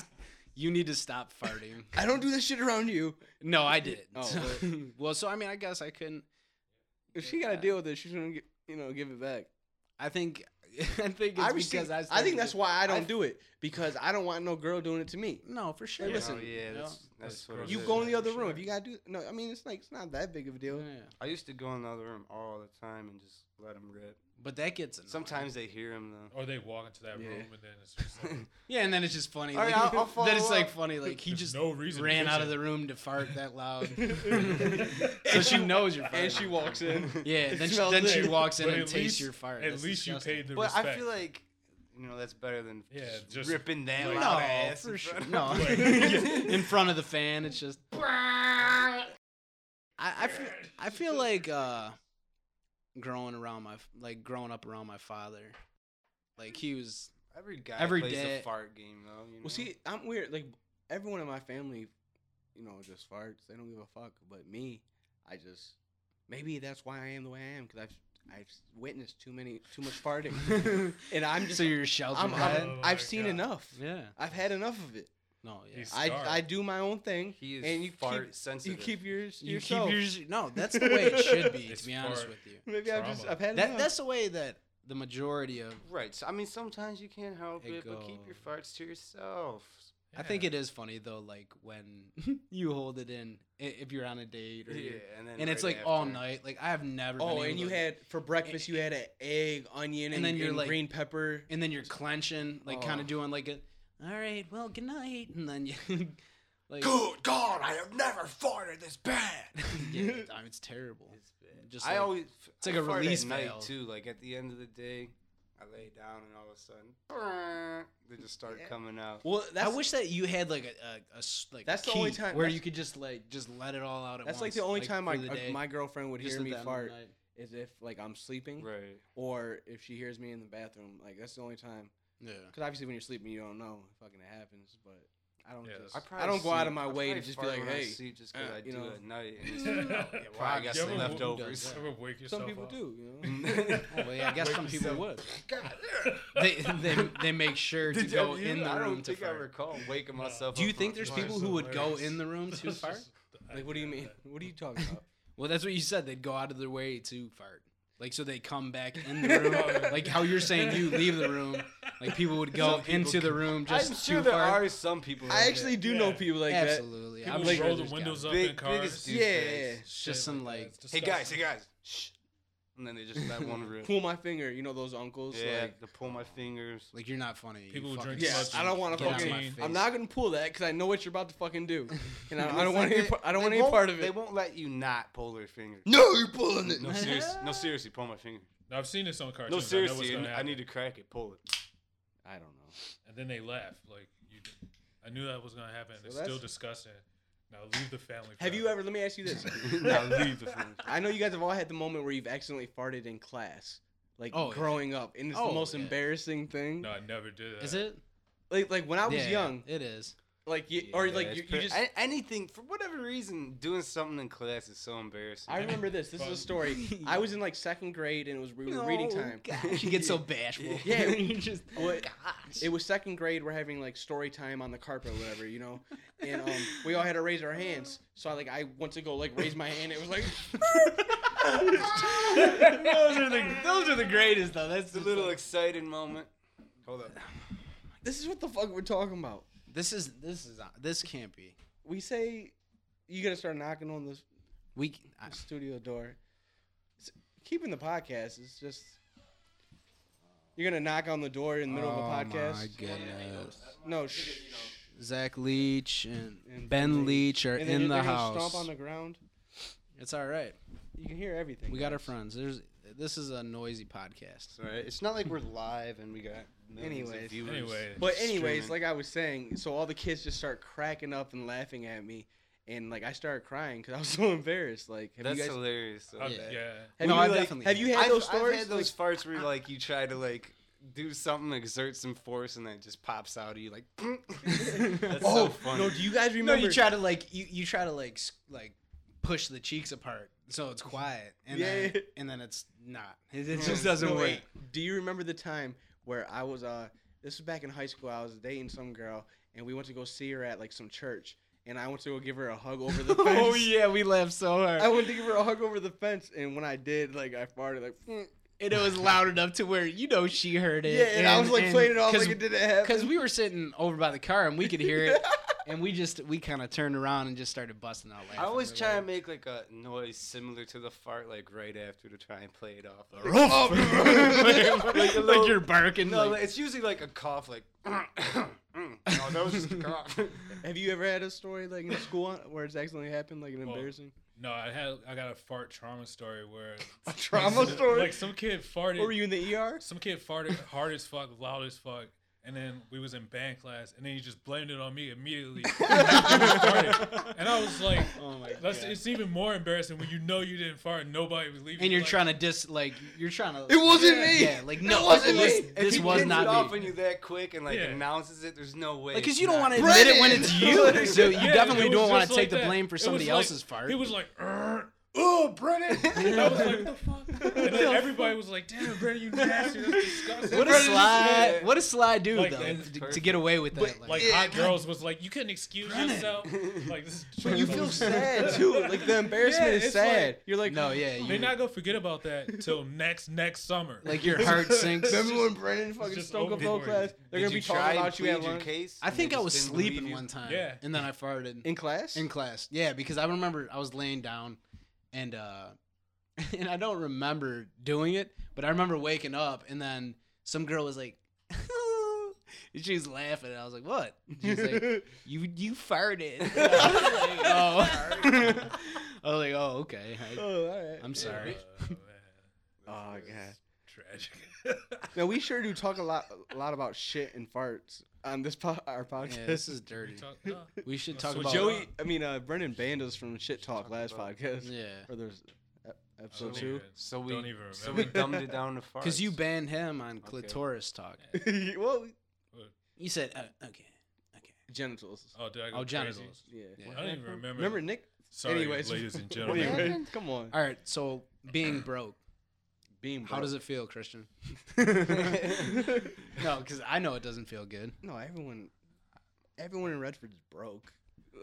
you need to stop farting.
don't do this shit around you.
No, I didn't.
Oh,
well, so I mean, I guess I couldn't.
If she got to deal with it, she's gonna get, you know give it back.
I think I think it's
I
because
receive, I,
started
think
to-
that's why I don't
I-
do it because I don't want no girl doing it to me.
No, for sure.
Hey, listen,
oh, yeah, that's, that's what it
For
You
sure,
is.
go in the other
for
room if
sure.
you gotta do. No, I mean it's like it's not that big of a deal.
Yeah.
I used to go in the other room all the time and just let them rip.
But that gets annoying.
Sometimes they hear him though.
Or they walk into that
Yeah.
room and then it's just like,
Yeah, and then it's just funny.
All right,
Like,
I'll- I'll
then it's
follow
like
up.
funny. Like he
there's
just
no reason to
ran out of
bitch
the room to fart that loud. so
And
she
she-
knows you're farting.
And she walks in.
Yeah, then she,
smells
then she
it.
walks in
But
and
at
tastes
least-
your fart.
at
That's
least
disgusting.
you paid the
But
respect.
I feel like you know that's better than
Yeah,
just,
just
ripping that
like-
loud
no,
ass
for
in
sure.
front of
No,
Right.
them.
in front of the fan, it's just. I, I feel I feel like uh, growing around my like growing up around my father, like he was
Every guy
Every
plays
day-
a fart game though. You know?
Well, see, I'm weird. Like everyone in my family, you know, just farts. They don't give a fuck. But me, I just maybe that's why I am the way I am because I've I've witnessed too many too much farting, and I'm just
so you're sheltered.
I'm,
by
I'm,
it?
Oh my
I've seen
God.
enough.
yeah.
I've had enough of it.
No. Yeah.
He's
I,
scarred.
I do my own thing.
he is
and you keep-
fart
You
sensitive.
keep yours to
You
yourself.
keep yours. No, that's the way it should be.
It's
to be honest
fart.
with you,
Maybe I've just
Trauma.
I've had
that
enough.
that's the way that the majority of
right. So I mean, sometimes you can't help
It
it, but keep your
goes.
farts to yourself.
I think
Yeah.
it is funny though, like when you hold it in i- if you're on a date or
Yeah,
you're-
and then
and it's
right
like all
after.
night. Like I have never. been
oh,
able
and you
to-
had for breakfast you had an egg, onion, and,
then you're
and
like-
green pepper.
and then you're clenching, like kind
Oh.
of doing like a, all right, well, good night, and then you, like,
Good God, I have never farted this bad.
yeah, I mean, it's terrible.
It's bad.
Just
I
like-
always
it's like a
fart at
release
night
valve.
too. Like at the end of the day, I lay down and all of a sudden, they just start
Yeah.
coming out.
Well, that's
I wish that you had like a, a, a s- like
That's
a
the only
key
time-
where
that's-
you could just like just let it all out at
that's like
once,
the only time
for
I, uh,
the day,
my girlfriend would
just
hear
at
me
the end of the
fart
night.
is if like I'm sleeping
Right.
or if she hears me in the bathroom. Like that's the only time.
Yeah.
Because obviously when you're sleeping you don't know if fucking it happens. But I don't
Yeah,
just
that's- I
I don't go out of
sleep-
my
I
way to
probably
just be
fart
like,
when I
hey.
sleep just 'cause
uh,
I
you
do
know.
at night. And
Yeah,
it's-
well,
probably got
you
some
ever-
leftovers.
you Ever wake yourself
Some people
up?
do, you know.
God,
Oh, well, yeah, I guess
Wake
some people
yourself-
would.
yeah.
They, they they make sure to
Did
go
you-
in the
I don't
room to
think I
fart.
recall waking
No.
myself.
Do you
up
think
from
there's
a fart.
people who would go in the room to fart?
Like what do you mean? What are you talking about?
Well, that's what you said. They'd go out of their way to fart. Like so they come back in the room. like how you're saying you leave the room. Like people would go
Some people
into the
can-
room just
I'm
to
sure there
fart.
are some people.
I actually do know
Yeah.
people like that.
Absolutely.
People
I'm
roll
sure
the
there's gotta
windows
be.
up in
Big-
cars.
biggest
Shit
dude.
Yeah, yeah, yeah.
Just some,
that.
like,
It's
Hey guys, hey
disgusting.
guys, shh. And then they just that one room.
Pull my finger, you know those uncles.
Yeah,
Like,
to pull my fingers.
Like you're not funny. you
People who
fucking
drink
Yeah,
much
I don't wanna
and
fucking-
protein.
Get out
I'm
face.
not gonna pull that because I know what you're about to fucking do, and I, I
It's
don't want
like
any.
they-
par- I don't
they
want any
won't-
part of it.
They won't let you not pull their finger.
No, you're pulling it.
No, serious, no, seriously, pull my finger.
No, I've seen this on cartoons.
No,
I,
seriously,
know what's
I,
gonna
need to
happen.
crack it. Pull it.
I don't know.
And then they laugh. Like you, I knew that was gonna happen.
So
It's
that's-
still disgusting. Now leave the family.
Have you
forever.
ever? Let me ask you this.
now leave the finger.
I know you guys have all had the moment where you've accidentally farted in class, like
Oh, yeah.
growing up, and it's
Oh,
the most
yeah.
embarrassing thing.
No, I never did. That.
Is it?
Like, like when I was
Yeah,
young,
It is.
like you,
Yeah,
or like
it's
you, you
pretty-
just. I,
a- anything for whatever reason doing something in class is so embarrassing.
remember this. This is a story. I was in like second grade, and it was we were reading time.
She gets so bashful.
Yeah.
You just
Well,
gosh.
It was second grade. We're having like story time on the carpet or whatever, you know. And um, we all had to raise our hands. So I like I went to go like raise my hand. It was like
those are the those are the greatest though. That's
It's a little exciting moment. Hold up.
this is what the fuck we're talking about.
This is this is not- this can't be.
We say you gotta start knocking on the
We c- I-
studio door. It's- keeping the podcast is just you're gonna knock on the door in the middle of a podcast.
Oh my goodness.
No, shh.
Zach Leach and,
And
Ben
Ben
Leach are
And then
in
they're
the
gonna
house.
Stomp on the ground.
it's all right.
You can hear everything.
We got our friends. There's this is a noisy podcast.
Sorry, it's not like we're live and we got millions of
Anyways.
viewers.
Anyway.
But anyways,
streaming.
like I was saying, so all the kids just start cracking up and laughing at me, and like I started crying because I was so embarrassed. Like, have
that's
you guys?
hilarious. though.
Oh,
Uh,
Yeah.
yeah.
Have
No,
you,
I've
like-
definitely
Have
had
you had
I've,
those stories?
I've had those
Like, uh.
farts where like you try to like do something, exert some force, and then it just pops out of you like. that's
oh
so funny.
no! Do you guys
No,
remember?
you try to like you, you try to like s- like push the cheeks apart so it's quiet and then,
Yeah.
and then it's not. It, it
Yeah,
just doesn't
No,
work.
wait. Do you remember the time where I was? Uh, this was back in high school. I was dating some girl, and we went to go see her at like some church, and I went to go give her a hug over the fence.
oh yeah, we laughed so hard,
I went to give her a hug over the fence, and when I did, like I farted, like "Mm."
and it was loud enough to where you know she heard it.
yeah, and, I was like
and-
playing it off
cause,
like it didn't happen.
because we were sitting over by the car and we could hear it, and we just we kind of turned around and just started busting out laughing.
I always
We're
try
like,
and make like a noise similar to the fart, like right after to try and play it off. Like,
Oh.
like,
Like a
like
little-
you're barking.
no,
like,
it's usually like a cough, like. no, that was just a cough.
Have you ever had a story like in school where it's accidentally happened, like an
Well,
embarrassing
No, I had I got a fart trauma story where
a trauma story?
Like some kid farted.
or were you in the ER?
Some kid farted hard as fuck, loud as fuck, and then we was in band class, and then he just blamed it on me immediately. Farted. and I was like,
oh my
that's, it's even more embarleasing when you know you didn't fart and nobody was leaving.
And you're
like,
trying to dis like you're trying to.
It wasn't me.
Yeah, like no,
it wasn't
this,
me.
If
this
he
was
pins it
not
off
me.
on you that quick and like
Yeah.
announces it. There's no way.
Like, cause
it's
you don't
not
want to
him.
admit it when it's you,
Brennan!
so you
Yeah,
definitely
it was
don't want
just
to
like
take the
that.
blame for
It
somebody
was like-
else's fart.
He was like, "Urgh."
Oh, Brennan!
and I was like, "The fuck!" And then everybody was like, "Damn, Brandon, you nasty. That's disgusting."
what a
Brennan just
sly,
said-
what a sly dude
Like,
though
that's
to, to
perfect.
get away with that.
But,
Like
Yeah,
hot
God.
girls was like, "You couldn't excuse
Brennan.
yourself." Like this. Is
But you feel
trouble.
sad too. Like the embarrassment
Yeah,
is
it's like-
sad. You're like,
no, yeah,
They're
you,
not gonna forget about that till next next summer.
like your heart sinks.
Remember when Brennan fucking
just
stunk up
over
the whole
for you.
class? They're
Did
gonna be
you try
talking
and
about you at
plead your
lunch
case?
I
and they
think I
just
was
didn't believe
sleeping
you?
one time,
Yeah.
and then I farted.
in class.
in class yeah because i remember i was laying down and uh and i don't remember doing it but i remember waking up and then some girl was like and she was laughing and i was like what And she was like you you farted And I was like, oh. I was like, oh, okay I,
oh, all right.
i'm sorry
Oh, man.
Oh,
This is
God.
Tragic.
Now we sure do talk a lot, a lot about shit and farts on this po- our podcast.
yeah, this is
We
dirty
talk- no.
we should
So
talk uh, about
Joey. I mean, uh, Brendan banned us from shit talk
Talk
last
about-
podcast
yeah Oh,
or there's ep- episode
don't
two.
even-
So we
Don't even
so we
remember.
dumbed it down to farts.
because you banned him on
Okay.
clitoris talk
well,
you said uh, okay okay
genitals.
Oh, did I go
oh
crazy?
genitals
Yeah.
Yeah.
I don't even remember.
Remember Nick?
Sorry,
anyways.
ladies and
What
gentlemen.
do you- Come on.
all right so being broke
Beam.
how does it feel christian
it?
No, because I know it doesn't feel good.
no, everyone, everyone in Redford's broke.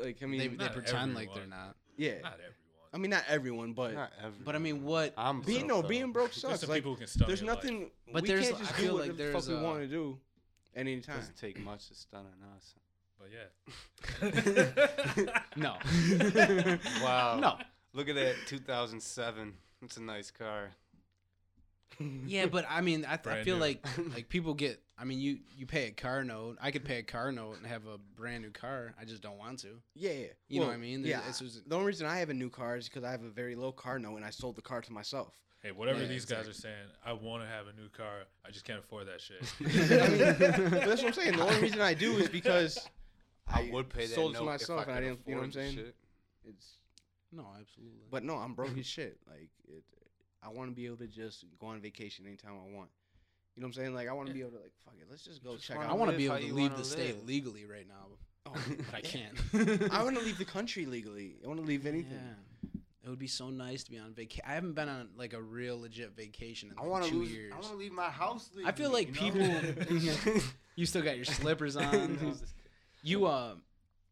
Like I mean,
They, they
not
pretend like they're
everyone.
not.
yeah.
Not everyone.
I mean, not everyone, but
Not everyone.
But I mean, what?
I'm
being
broke,
no
though.
being broke
There's
sucks.
some
Like,
people who can stun
there's
your life.
nothing.
But
we
there's-
can't just
I
do
feel like
whatever the
there's
fuck we
a-
want to do, anytime.
Doesn't take much to stun on us.
But yeah.
No.
Wow.
no.
Look at that 2007. It's a nice car.
Yeah, but I mean, I, th- I
Brand
feel
new.
like like people get. I mean, you you pay a car note. I could pay a car note and have a brand new car. I just don't want to.
Yeah, yeah.
You know
Well,
what I mean? There's-
Yeah.
it's just-
the only reason I have a new car is because I have a very low car note and I sold the car to myself.
Hey, whatever
Yeah,
these guys are saying, I want to have a new car. I just can't afford that shit.
I mean, but that's what I'm saying. The only reason I do is because
I, would pay that
sold
note
to myself
if I
and I
could
didn't. You know what I'm
afford the
saying?
shit.
It's
no, absolutely.
but no, I'm broke as shit. Like it, I want to be able to just go on vacation anytime I want. You know what I'm saying? Like I want to be able to like fuck it. Let's just go
Just
check
wanna
I
out. oh,
want to
live
be
how
able to
you
leave
wanna
the state
live.
legally right now, but I
Yeah.
can't.
I want to leave the country legally. I want to leave anything.
Yeah. It would be so nice to be on vacation. I haven't been on like a real legit vacation in
I
like,
want to
two
lose.
years.
I want to leave my house.
I feel like
legally, you know?
people- You still got your slippers on. You um,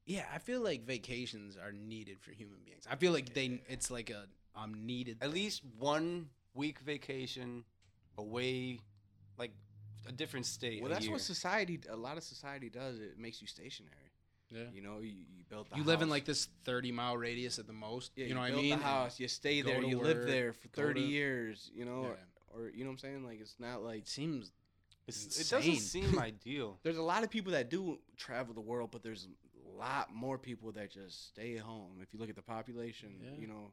yeah, I feel like vacations are needed for human beings. I feel like they it's like a um needed.
At least one week vacation away, like a different state.
Well,
a
that's
year.
what society. A lot of society does. It makes you stationary.
Yeah.
You know, you, you built. The
You live in
house.
like this thirty mile radius at the most.
Yeah,
you know what I
built
mean?
The house, you stay
go
there,
to
you live
work,
there for
go
30
to-
years, you
Yeah.
know, or you know what I'm saying? Like it's not like
It seems
It's- it doesn't
insane.
seem ideal.
there's a lot of people that do travel the world, but there's a lot more people that just stay at home. If you look at the population,
Yeah.
you know,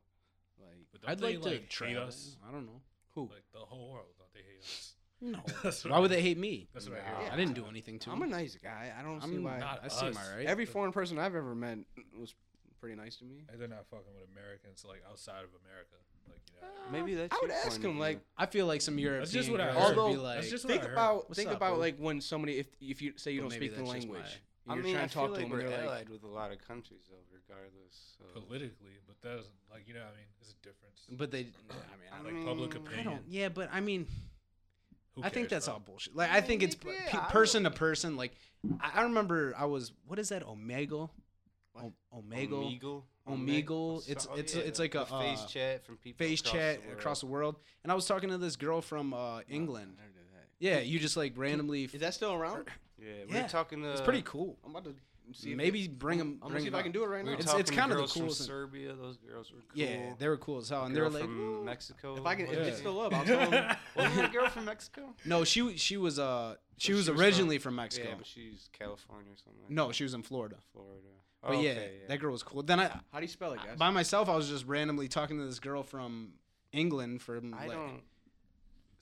like
But don't
I'd
they,
like to
like, hate
travel.
us?
I don't know.
who?
Like the whole world, don't they hate us?
No.
That's
Why would
what-
they hate me?
That's what I
Nah,
hear.
I didn't do anything to
I'm a
them.
nice guy. I don't see
I'm
why.
not
I seem
us.
all right.
Every foreign person I've ever met was pretty nice to me.
And They're not fucking with Americans like outside of America. Like you
Uh,
know.
Maybe that's
I would
your
ask
point of
him
view.
like
I feel like some European
That's just what I
girls would
heard.
be
Although-
like.
That's just what
think
I heard.
about
What's
think
up,
about
bro?
like when somebody if if you say you
Well,
don't
maybe
speak the
that's just
language,
my-
and
I
you're
mean,
trying
I
to
feel
talk to
like
them,
we're
and they're like,
allied with a lot of countries, though, regardless. So.
politically, but that doesn't like you know. what I mean, there's a difference.
but they, I mean, I,
I
don't-
like public
mean,
opinion.
I don't. Yeah, but I mean,
Who
I think
cares,
that's
though?
all bullshit. Like
Yeah,
I think it's
yeah,
pe-
I
person to person. Like I I remember I was what is that Omegle? O- Omegle.
Omegle.
Omegle.
So-
It's-
oh,
it's- it's like
the
a,
face
uh,
chat from people.
Face
across
chat
the world.
across the world, and I was talking to this girl from uh, England.
I never did that.
Yeah, you just like randomly.
Is that still around?
Yeah, we
Yeah.
we're talking to.
It's pretty cool.
I'm about to see. if
Maybe
it-
bring 'em-
I'm gonna
bring
see if
'em
I can
up.
do it right
We were
now.
it's-
talking
it's
to
kind of the
girls from
coolest-
Serbia. Those girls were cool.
Yeah, they were cool as hell, and
girl
they're like,
from
"Woo."
Mexico.
If I can, if
Yeah.
it's still up, I'll tell them.
Wasn't there a girl from Mexico?
no, she she was uh she
So
was
Oh, she was from-
originally from, Mexico.
Yeah, but she's California or something. Like
no, she was in Florida.
that. Florida.
But
Oh,
yeah,
okay,
that girl was cool. Then I
How do you spell it, guys?
by myself I was just randomly talking to this girl from England from
I
like,
don't.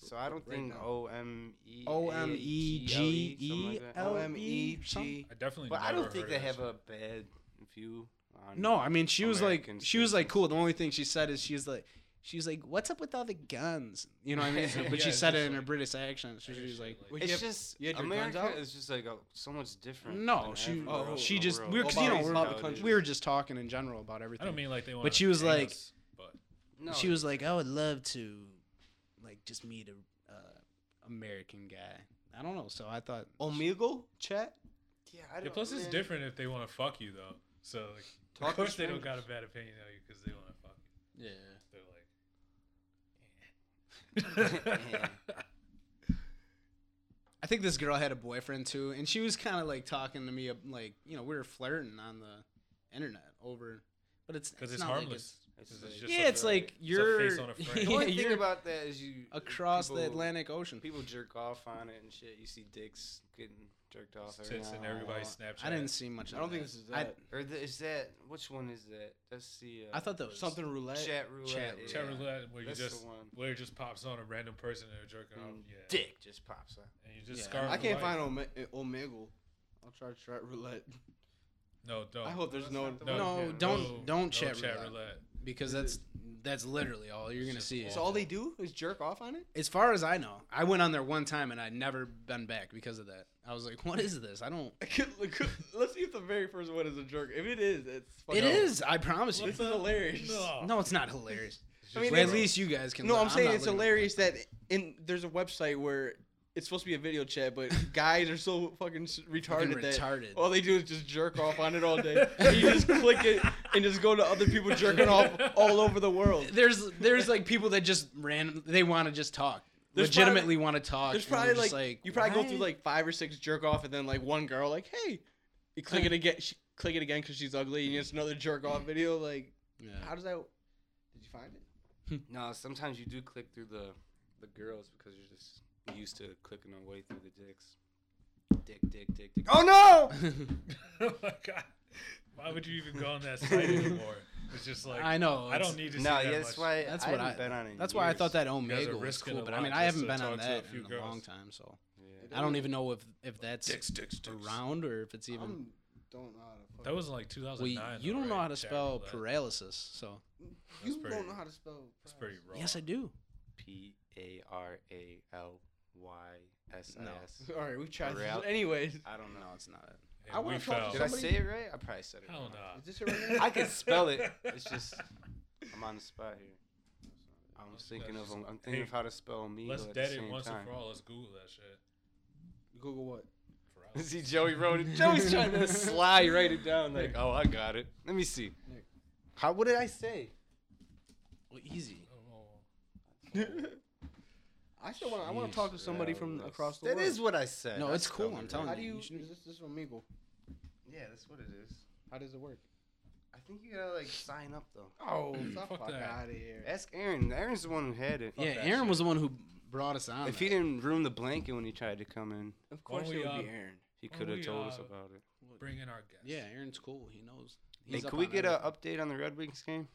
So I don't
Right
think
now.
O M E
O M E G E L
O
E
M E G.
I definitely.
But I
never
don't think
heard
they
of
have
this.
a bad view. on-
No, I mean she was
American
like she was like
citizens.
cool. The only thing she said is she's like she's like what's up with all the guns? You know what I mean?
Yeah,
but she
it's
said
just
it in her
like-
British accent. So
Like,
she was like
Would you
It's
have-
just
you had your guns
America
out?
is just like a, so much different.
No,
than
she- uh,
everywhere
oh,
else
she
in the
just
world.
we were 'cause, you
Well,
know
by-
we're,
by
the country.
we were just talking in general about
I
everything.
don't mean like they want.
she was like-
but
No,
she was like I would love to like just meet a uh, American guy. I don't know. So I thought
Omegle chat.
yeah, I
Yeah,
don't-
plus it's
man.
different if they want to fuck you though. So like,
Talk to
of course they don't got
strangers.
a bad opinion on you because they want to fuck you.
yeah.
They're like.
I think this girl had a boyfriend too, and she was kind of like talking to me, uh, like you know, we were flirting on the internet over, but it's
Because it's,
not like
harmless.
it's-
'Cause
it's
just
yeah,
a-
it's like
a
you're
face on a frame.
yeah,
The only thing
you're
about that is you
across the
people-
Atlantic Ocean.
People jerk off on it and shit. You see dicks getting jerked off. every
Tits
now
in everybody's
while.
Snapchat.
I didn't see much.
I
of
don't think
that.
this is
I-
that.
Or the, is that which one is that? That's the. Uh,
I, thought that was
Something roulette.
chat roulette.
Chat
yeah.
Chat roulette where you
That's
just
the one.
where it just pops on a random person and they're jerking off.
Mm.
Yeah.
Dick just pops up.
And you just
Yeah.
scarf
I
the
can't
life.
find Ome- eh, Omegle. I'll try chat roulette.
No, don't.
I hope there's
That's
no.
not the
no,
No,
yeah,
don't-
no,
don't chat
chat
roulette.
roulette.
because that's that's literally all you're
It's
gonna
just
see.
all-
So all they do is jerk off on it.
As far as I know, I went on there one time and I'd never been back because of that. I was like, what is this? I don't.
I could- I could- Let's see if the very first one is a jerk. If it is, it's.
It
fucking-
is. I promise you.
This is hilarious.
No.
No, it's not hilarious.
It's
I
just
mean,
Well, at
it's-
least you guys can.
No,
laugh.
I'm saying
not
it's
looking-
hilarious that in there's a website where it's supposed to be a video chat, but guys are so fucking s-
Fucking
retarded that
retarded.
all they do is just jerk off on it all day. And you just click it and just go to other people jerking off all over the world.
there's there's like people that just random they want to just talk
There's
legitimately want to talk
There's
and they're
probably like,
just
you probably go
"Why?"
through like five or six jerk off, and then like one girl like, hey, you click it again, she, click it again because she's ugly, and it's another jerk off video. Like,
yeah.
how does that? Did you find it?
No, sometimes you do click through the the girls because you're just used to clicking our way through the dicks. Dick, dick, dick, dick. Oh no!
oh my god. Why would you even go on that site anymore? It's just like
I know
I
it's-
don't need to see
no,
that
yeah, that's
much.
why
That's
I
what
haven't
I-
been on it. in
that's why I thought
years.
that
guys are
Omega was
risking
cool
a
but I mean
lot
I
just
haven't
to
been on
talk to a
that
few
in a long
girls.
time so
Yeah.
I don't even know if if that's
Dicks, dicks, dicks.
around or if it's even
don't know how to. fucking-
That was in like
well,
2009.
you, you don't know how to spell
Pereira.
paralysis so
you
pretty-
don't know how to spell.
It's pretty raw.
yes I do
P A R A L Y S
No.
S.
All right, we tried. This.
Route.
Anyways,
I don't know.
no it's not
And
I
we
wanna talk to
fell.
Did I
Somebody-
say it right? I probably said it.
Oh. Hell
wrong.
no.
is this it right now?
I can spell it. It's just I'm on the spot here. I'm just thinking of I'm thinking of how to spell me.
Let's
at
dead
the
it
same
once
time.
and for all. Let's Google that shit.
Google what?
Paralysis.
See Joey wrote it. Joey's trying to sly write it down like, oh, I got it. Let me see.
Nick.
How? What did I say?
well, easy
Oh,
I still want. to I want to talk to
Jeez,
somebody
that
from
was-
across the
That
world.
is what I said.
No,
I
it's cool,
spelled
I'm
it
telling
How
right.
do
you
you?
should-
Is this, this from Eagle?
Yeah, that's what it is.
How does it work?
I think you gotta like sign up though.
Oh,
fuck
fuck
that.
out of here.
Ask Aaron. Aaron's the one who had it.
yeah
that
Aaron
shit.
was the one who brought us on
If he
that.
didn't ruin the blanket when he tried to come in,
Of
Why don't
course it
we,
would
uh,
be Aaron.
he
Why
could have
we,
told us
uh,
about it.
Bring in our guest.
yeah Aaron's cool he knows
Hey,
up
can we
on
get an
everything.
update on the Red Wings game?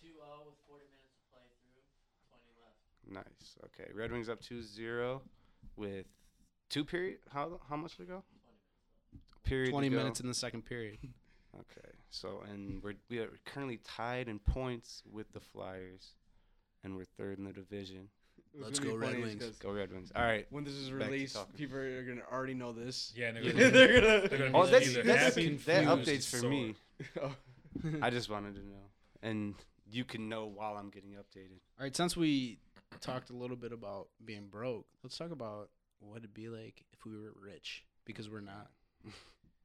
Two zero with forty minutes to play through, twenty left.
Nice. Okay. Red Wings up 2-0 with two period. How how much to go? Period. to
20
go.
minutes in the second period
Okay. So and we're we are currently tied in points with the Flyers, and we're third in the division.
It was
Let's
gonna be
go Red
funny
Wings.
'cause
Go Red Wings! All right.
When this is
Back to
released,
talking.
people are gonna already know this.
Yeah, and they're
Yeah.
gonna-
They're
they're
gonna.
gonna
Oh,
be
that's,
either
that's
happy,
that
confused,
updates for me.
Oh.
I just wanted to know, and you can know while I'm getting updated.
All right, since we talked a little bit about being broke, let's talk about what it'd be like if we were rich because we're not.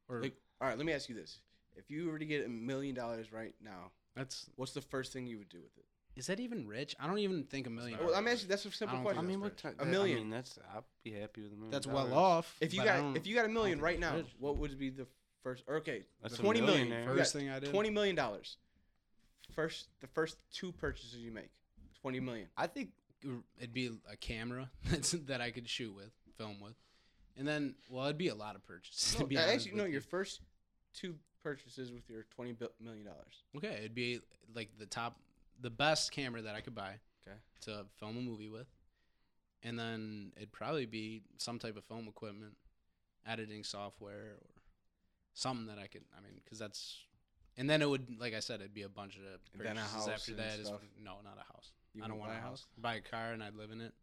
Or
Like- All right, let me ask you this: If you were to get a million dollars right now,
That's
what's the first thing you would do with it?
is that even rich? I don't even think a million.
not
Well,
dollars-
I'm asking. That's a simple
don't think
question.
I
I
mean,
mean,
what
what
ti-
that- I million. mean,
that's I'd be happy with a million.
That's well off.
If you
but I
got
don't-
if you got a million
think
right
it's
now,
rich.
what would be the first? Or okay,
That's a
twenty million.
millionaire.
You got
first thing I did,
twenty million dollars. First, the first two purchases you make, twenty million.
I think it'd be a camera that's, that I could shoot with, film with, and then well, it'd be a lot of purchases.
No,
to be
I
honest
actually, no,
with you.
your first two purchases with your twenty bi- million dollars.
Okay, it'd be like the top, the best camera that I could buy.
'Kay.
To film a movie with, and then it'd probably be some type of film equipment, editing software, or something that I could. I mean, because that's, and then it would, like I said, it'd be a bunch of
And then a
purchases
house
after
and
that. is-
stuff.
no, not a house.
You
I don't
wouldn't
want
buy
a house. Buy a car and I'd live in it,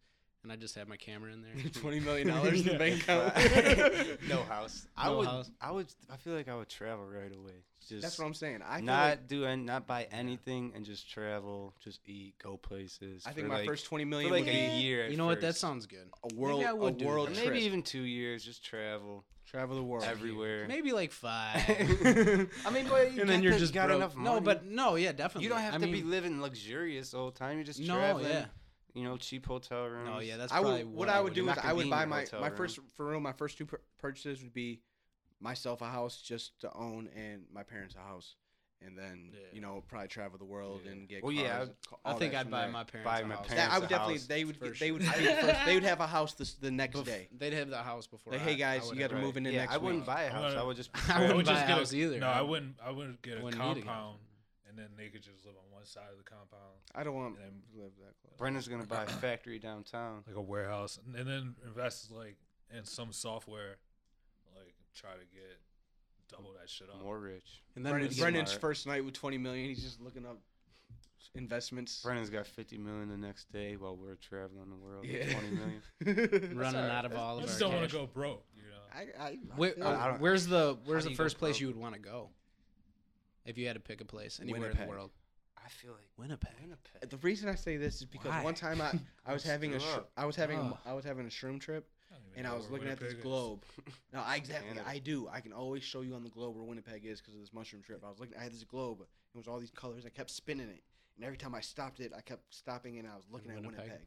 and I would just have my camera in there.
twenty million dollars in the bank account.
no house. I
No
would.
house.
I would. I feel like I would travel right away. Just
That's what I'm saying. I feel
not
like-
do and not buy anything and just travel, just eat, go places.
I think
for
my
like,
first twenty
for
million
like
would be
a year. at
you know what? That
first.
sounds good.
a world,
I would
a
do that.
world
Or
trip.
Maybe even two years, just travel
travel the world.
everywhere.
Maybe like five.
I mean, but you
and then you're
that,
just
got
broke.
enough money.
No, but no, yeah, definitely.
you don't have
I
to be
mean,
living luxurious the whole time. You're just
No,
traveling.
yeah.
You know, cheap hotel rooms.
No, yeah, that's
I
probably
would. What I would do
do.
is
Not
I would
convenient
buy my
hotel
my
room.
first for real. My first two pur- purchases would be myself a house just to own and my parents a house, and then
Yeah.
you know probably travel the world
Yeah.
and get.
Well, yeah, I
cars,
would-
ca-
I
all
think
that
I'd
from
buy
there.
my parents.
Buy
a
my
house.
That,
parents
I
a
would definitely.
house
They would.
for
Get, They would.
sure.
be the first, they would have a house this, the next
Bef-
day.
They'd have the house before.
Like, hey,
I-
guys,
I
you
would
gotta
have-
move in the
yeah,
next
I wouldn't
week.
buy a house.
wouldn't-
I would just.
I wouldn't
would
buy
just
a
get a-
house either.
No, I
I
wouldn't. I wouldn't get a
Wouldn't need to get a
compound, and then they could just live on one side of the compound,
I don't want
and
to
then
live that close.
Brendan's gonna buy a factory downtown.
like a warehouse, and then invest like in some software, like try to get double that shit up.
More rich.
And then we'd
Brendan,
Brendan's
get-
Brendan's
smart.
first night with twenty million. He's just looking up investments.
Brendan's got 50 million the next day while we're traveling the world. with
Yeah.
20 million.
running
alright.
out of all
I
of
just
our
don't want
cash.
to go broke, you know.
I, I, I
Where- uh,
feel
I
it.
don't-
where's the
How
Where's
do
the
you go
first place
broke?
you would want to go? If you had to pick a place anywhere in
Winnipeg.
the world,
I feel like
Winnipeg.
Winnipeg.
The reason I say this is because
Why?
one time I, I was having a
Screw
sh-
up.
I was having a,
Ugh.
I was having a shroom trip
I don't even
and I
know
was
where
looking at this
Winnipeg is.
globe. No, I exactly
Canada.
I do. I can always show you on the globe where Winnipeg is because of this mushroom trip. I was looking. I had this globe. It was all these colors. I kept spinning it, and every time I stopped it, I kept stopping it, and I was looking at
Winnipeg?
Winnipeg.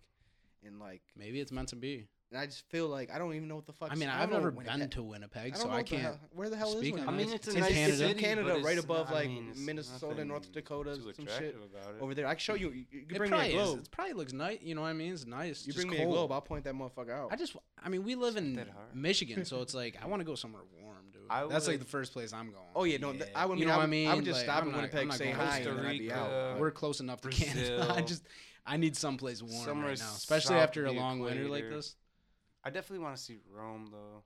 and like,
Maybe it's meant to be.
and I just feel like I don't even know what the fuck.
I mean, I've never been to Winnipeg, so I can't.
where the hell is
speak on
Winnipeg?
I mean,
It's
it's,
in
a nice
Canada.
Canada,
It's in Canada, right above, like, Minnesota, North Dakota, some shit
About it.
over there? I can show you. You, you can
It
bring me a
probably is.
globe.
It probably looks nice. You know what I mean? It's nice.
You
just
bring me a
cold.
globe. I'll point that motherfucker out.
I just, I mean, we live
not
in
that hard.
Michigan, so it's like I want to go somewhere warm, dude.
I
That's like
would-
the first place I'm going.
Oh yeah, no, th-
Yeah.
I would.
You
mean,
know
I
what I
would, I
mean?
would just
Like,
stop
I'm
in
not- I'm
Winnipeg,
not
say
going
hi,
to
and then I'd be
Costa
out.
Rica.
We're close enough to Canada.
Brazil.
I just, I need someplace warm
Somewhere
right now, especially
south
after a
of the
long winter like
equator.
this.
I definitely want to see Rome though.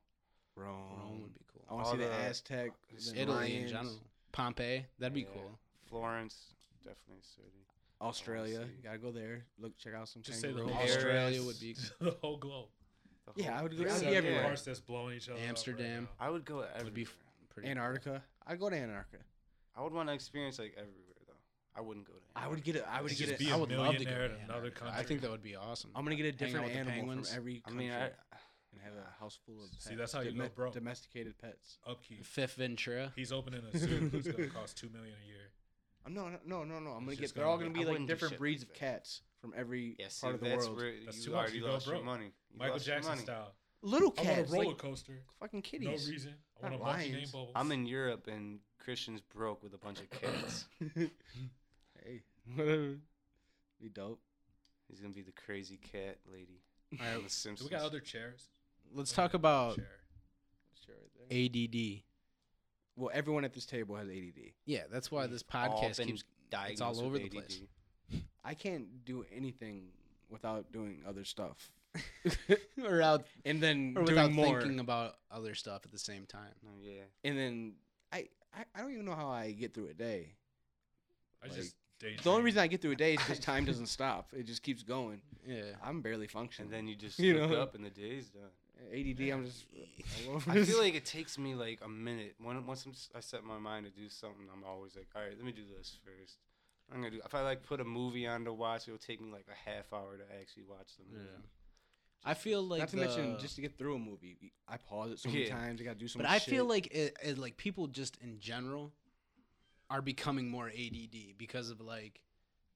Rome would be
I
cool.
want to
All
see the,
the-
Aztec,
It's
the
Italy in
Mayans,
general, Pompeii, that'd be
Yeah.
cool.
Florence, definitely a city.
Australia.
see.
You gotta go there. Look, check out some.
Just say the
kangaroos.
whole
Paris.
globe.
Australia would be-
the whole globe.
The
Yeah,
whole-
I would go-
Like,
I'd
seven
be everywhere.
parts that's blowing each other. up right
Amsterdam.
now.
I would go everywhere.
Would be f- pretty.
Antarctica. I'd go to Antarctica.
I would want to experience like everywhere though. I wouldn't go to.
I would get a. I would
It's
get
just
a.
be
I
a
would love to go to
millionaire in another
Antarctica. I
country.
think that would be awesome.
I'm gonna get a
Hang out
different
with the
animal from
penguins.
every
I
country
mean, I,
and have a house full of.
See,
pets,
that's how you go broke.
Domesticated pets.
Upkeep.
Fifth Ventura.
He's opening a zoo. It's gonna cost two million a year.
Um, no, no, no, no, no. I'm gonna
It's
get.
just
They're all
gonna
gonna
be-
be
I
like
wouldn't do
different
shit
breeds
like
of
that.
cats from every
yeah, see,
part of the
that's
world.
where
That's too
you
much.
already
You go
lost your
broke.
money. You
Michael
lost your
Jackson
money.
style.
Little
I want a
cats,
roller
like
coaster.
fucking
No
kitties.
reason. I
Not
want a monkey
lions.
named Bubbles.
I'm in Europe and Christian's broke with a bunch of kids.
hey, whatever. Be dope.
He's gonna be the crazy cat lady.
All right,
from the
Do
Simpsons.
we got other chairs?
let's talk about
Chair.
Sure, right there.
ADD.
Well, everyone at this table has ADD.
Yeah, that's why this
All
podcast
been
keeps.
diagnosed
all
with
over the
ADD.
place.
I can't do anything without doing other stuff,
or out
and then
or without
doing more,
thinking about other stuff at the same time.
No, yeah.
and then I, I I don't even know how I get through a day.
I just daydream.
The only reason I get through a day is because time doesn't stop; it just keeps going.
Yeah.
I'm barely functioning.
And then you just
You
look
know?
up and the day's done.
ADD, I'm just. all over
I
this.
feel like it takes me like a minute. When once I'm, s- I set my mind to do something, I'm always like, all right, let me do this first. I'm gonna do. If I like put a movie on to watch, it'll take me like a half hour to actually watch the movie.
I feel like
Not to mention,
the-
just to get through a movie, I pause it so many
Yeah.
times. I gotta do so
but
much
I feel
shit.
like it, it, like people just in general are becoming more ADD because of like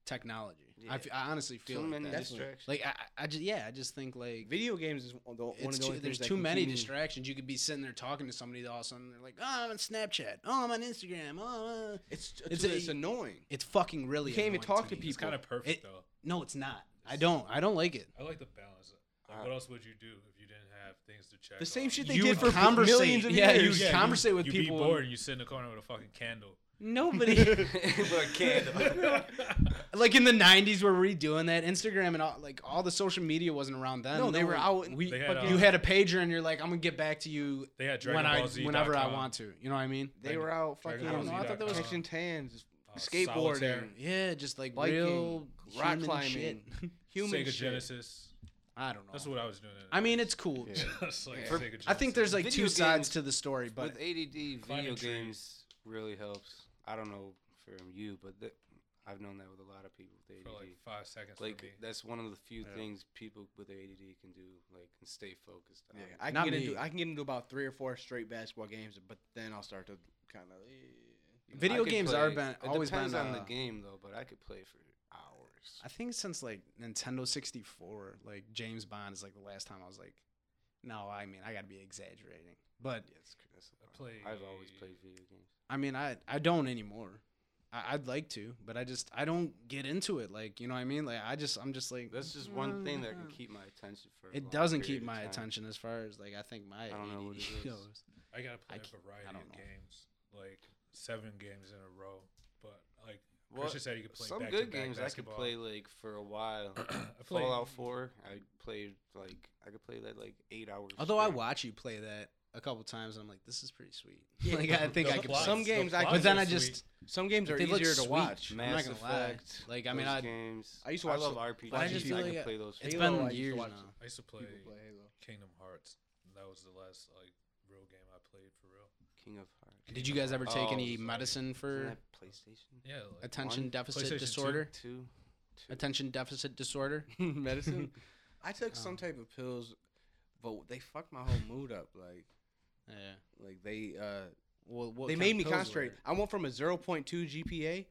technology. I
Yeah.
f I I honestly feel
Too
like
many
that.
Definitely.
distractions.
Like I, I just yeah, I just think like
video games is one of the one
it's
of the
too,
only
there's
things that
too
can
many
keep me-
distractions. You could be sitting there talking to somebody, all of a sudden they're like, "Oh, I'm on Snapchat. Oh, I'm on Instagram. Oh, uh."
It's
It's
it's,
a-
it's annoying.
it's fucking really."
You can't even
annoying
talk to
me.
It's
people.
kind of perfect
It-
though.
No, it's not. I don't. I don't like it.
I like the balance. Like,
Uh,
what else would you do if you didn't have things to check?
The same
on?
shit
You-
they did
would
for
conversate.
millions of
Yeah,
years.
you
yeah,
conversate with
you
people.
Be bored and you sit in the corner with a fucking candle.
Nobody
but I can't.
like in the '90s were we doing that Instagram and all like all the social media wasn't around then.
No, they were out. And
We
They had,
you
uh,
had a pager and you're like, I'm gonna get back to you
They had Dragon
when I
Ball Z.
whenever I want to. You know what I mean?
they were out fucking.
Ball Z
I thought that was
dot com.
catching tans,
Uh,
skateboarding,
solitaire.
Yeah, just like
Biking,
real
rock
human
climbing.
shit.
human
Sega
shit.
Genesis.
I don't know.
That's what I was doing.
I mean, it's cool.
Yeah.
It's like
Yeah.
Sega Genesis.
I think there's like
Video
two sides
games
to the story, but
With ADD, video
Climbing trees.
games really helps. I don't know for you, but th- I've known that with a lot of people with
for
ADD.
like five seconds. for
Like
me.
that's one of the few
Yeah.
things people with ADD can do, like and stay focused. On.
Yeah, I
Not
can get
me.
into I can get into about three or four straight basketball games, but then I'll start to eh, kind of.
Video
I could
games are
play-
been-
it
always
depends
been,
on the
uh,
game though, but I could play for hours.
I think since like Nintendo 64, like James Bond is like the last time I was like, no, I mean I gotta be exaggerating, but
Yeah, it's cr- that's the
I
problem. I've always
play-
played video games.
I mean I I don't anymore. I, I'd like to, but I just I don't get into it. Like you know what I mean? Like I just I'm just like
That's just one thing that can
"Mm."
keep my attention for. a long
It doesn't
period
keep
of
my
time.
attention as far as like I think my E
I don't know what it
ADD
is.
goes.
I gotta
I
play
c-
a variety
I
of
don't know.
games, like seven games in a row. But like
Well,
Christian said, you could play
Some
back to
good
back
games
basketball.
I could play like for a while.
I played-
Fallout Four, I played like I could play that like eight hours.
Although I
straight.
watch you play that a couple times, and I'm like, this is pretty sweet.
Yeah.
like I think
The
I could.
plots-
play
Some
it.
the
games I
plots
could-
but then
are
I
sweet.
just
Some games are
They look
easier to
sweet.
watch.
I'm not
Mass
gonna lie.
Effect,
Like, I mean,
those
I-
games.
I used to watch
I love
the-
RPGs.
I
I,
just feel like
could
I-
play those.
it's
for-
Halo, I
been
used to
years now.
watch it.
I used to play
People play Halo.
Kingdom Hearts. and That was the last like real game I played for real.
King of Hearts.
Did you guys ever take
Oh,
any
it's like-
medicine
Isn't
for
that PlayStation?
Yeah, like,
attention
one?
deficit
PlayStation
disorder?
Two. Two.
Attention deficit disorder.
medicine. Oh. I took some
Um,
type of pills, but they fucked my whole mood up. Like,
Yeah.
like they uh,
Well, what
they
kind
made
of
me
pills were
concentrate.
there?
I went from a 0.2 GPA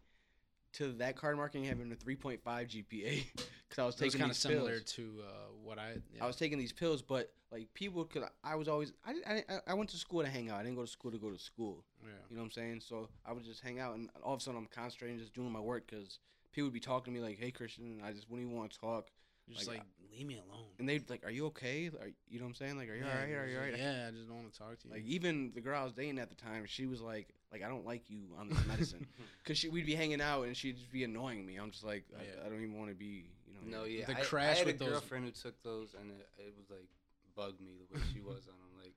to that card marking having a 3.5 GPA because I was
It was
taking
kind
these
of similar
pills.
to uh, what I. yeah.
I was taking these pills, but like people could. I was always. I didn't, I, didn't- I went to school to hang out. I didn't go to school to go to school.
Yeah.
You know what I'm saying? So I would just hang out, and all of a sudden I'm concentrating, just doing my work because people would be talking to me like, "Hey, Christian," and I just wouldn't even want to talk.
Just like,
like,
leave me alone.
And they'd be like, "Are you okay? Are, you know what I'm saying? Like, are you all right? Are you all right?"
Yeah, I just don't want to talk to you.
Like even the girl I was dating at the time, she was like, "Like I don't like you on this medicine," because she we'd be hanging out and she'd just be annoying me. I'm just like, I,
Yeah.
I don't even want to be, you know.
No, yeah.
The
I,
crash
I had
with
a
those-
girlfriend who took those, and it, it was like bugged me the way she was on them. Like,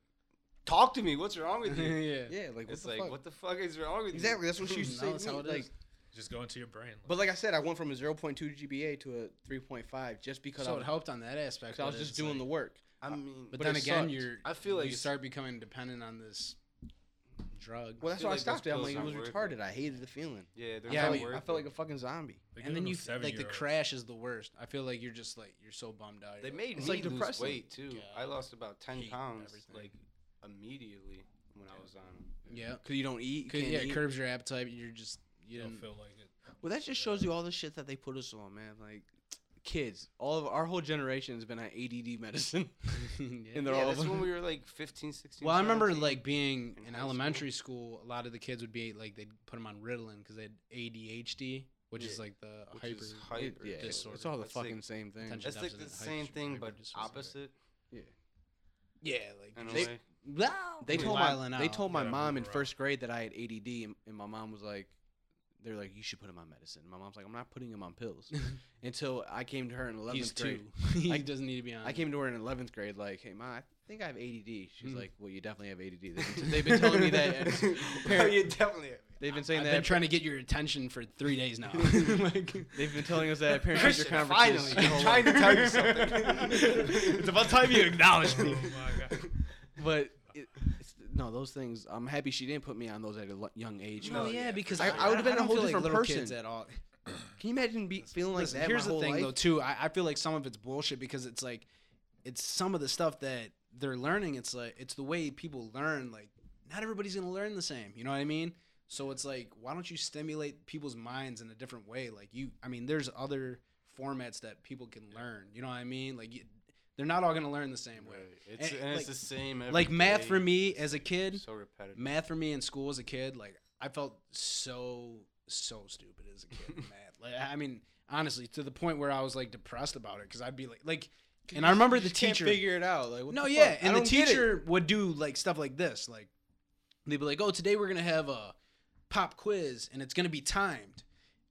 talk to me. What's wrong with you?
yeah.
yeah, like what
it's
the
like,
fuck?
what the fuck is wrong with
exactly.
you?
That's what she used to say.
No,
to
that's
me,
how it
like,
is.
just go into your brain.
But like I said, I went from a 0.2 GPA to a 3.5 just because I
So
was,
it helped on that
'cause
aspect.
I
but
was just
it's
doing
like-
the work.
I mean,
But,
But
then
it
again,
sucked.
you're.
I feel like
you
it's-
start becoming dependent on this drug.
Well, that's
feel
why I
like those
stopped it. I'm
pills
like, it was
aren't worth
retarded.
it.
I hated the feeling.
yeah, they're
Yeah, I
I,
not
felt-
mean,
worth
I felt like
it.
a fucking zombie.
and then you f- like the
crack.
crash is the worst. I feel like you're just like you're so bummed out.
They
You're
made
It's,
me
like,
lose
depressing.
weight too. I
God,
lost about ten
hate
pounds
everything.
like immediately when I was on them.
yeah.
Because you don't eat. You
'Cause,
can't
yeah, it
eat.
curbs your appetite. You're just you
You
don't
don't feel like it.
well, that just shows you all the shit that they put us on, man. Like, kids, all of our whole generation has been on ADD medicine. And they're
yeah,
all.
that's when we were like 15, 16.
Well, I remember
17.
like being
in
in
high school.
elementary school. a lot of the kids would be like they'd put them on Ritalin because they had ADHD, which is
Yeah.
like the
Which
hyper.
is
It-
hyper
yeah,
disorder.
it's all the
That's like-
fucking same thing.
Attention.
That's like the
deficit,
same
hyper-
thing, but
hyper disorder.
opposite.
yeah, like
In a
just-
way.
Wow,
They
just
told my
wilding
they
out.
told my
Yeah,
mom in
right.
first grade that I had ADD, and, and my mom was like, "They're like, you should put him on medicine." And my mom's like, "I'm not putting him on pills." Until I came to her in
he's
eleventh
two.
grade.
he
I-
doesn't need to be on.
I came to her in eleventh grade, like, "Hey, ma, I think I have ADD." She's
Hmm.
like, "Well, you definitely have ADD." They've been, they've been telling me that. and
uh,
oh,
parent-
you definitely.
They've been
I've
saying that.
been trying to get your attention for three days now. Like-
they've been telling us that at parent teacher
Christian, finally,
conferences.
I'm trying to tell you something.
It's about time you acknowledged
Oh my god.
But it, it's, no, those things. I'm happy she didn't put me on those at a lo- young age.
No,
No,
yeah,
yeah,
because
I- I would've been a
don't
whole
feel
different
little
person.
kids at all.
Can you imagine be, feeling like
Listen,
that?
here's
my
the
whole
thing
life?
though too I, I feel like some of it's bullshit because it's like it's some of the stuff that they're learning. It's like it's the way people learn. Like not everybody's gonna learn the same. You know what I mean? So it's like why don't you stimulate people's minds in a different way? Like you, I mean, there's other formats that people can learn. You know what I mean? Like you, they're not all gonna learn the same way.
Right. It's,
And,
and, it's
like-
the same. Every
Like math
day.
for me as a kid,
So repetitive.
math for me in school as a kid, like I felt so so stupid as a kid in math. Like I mean, honestly, to the point where I was like depressed about it because I'd be like, like, and I remember the teacher.
figure it out. Like what
no,
the
yeah,
fuck? I
and the
don't get it.
teacher would do like stuff like this, like they'd be like, "Oh, today we're gonna have a pop quiz, and it's gonna be timed,"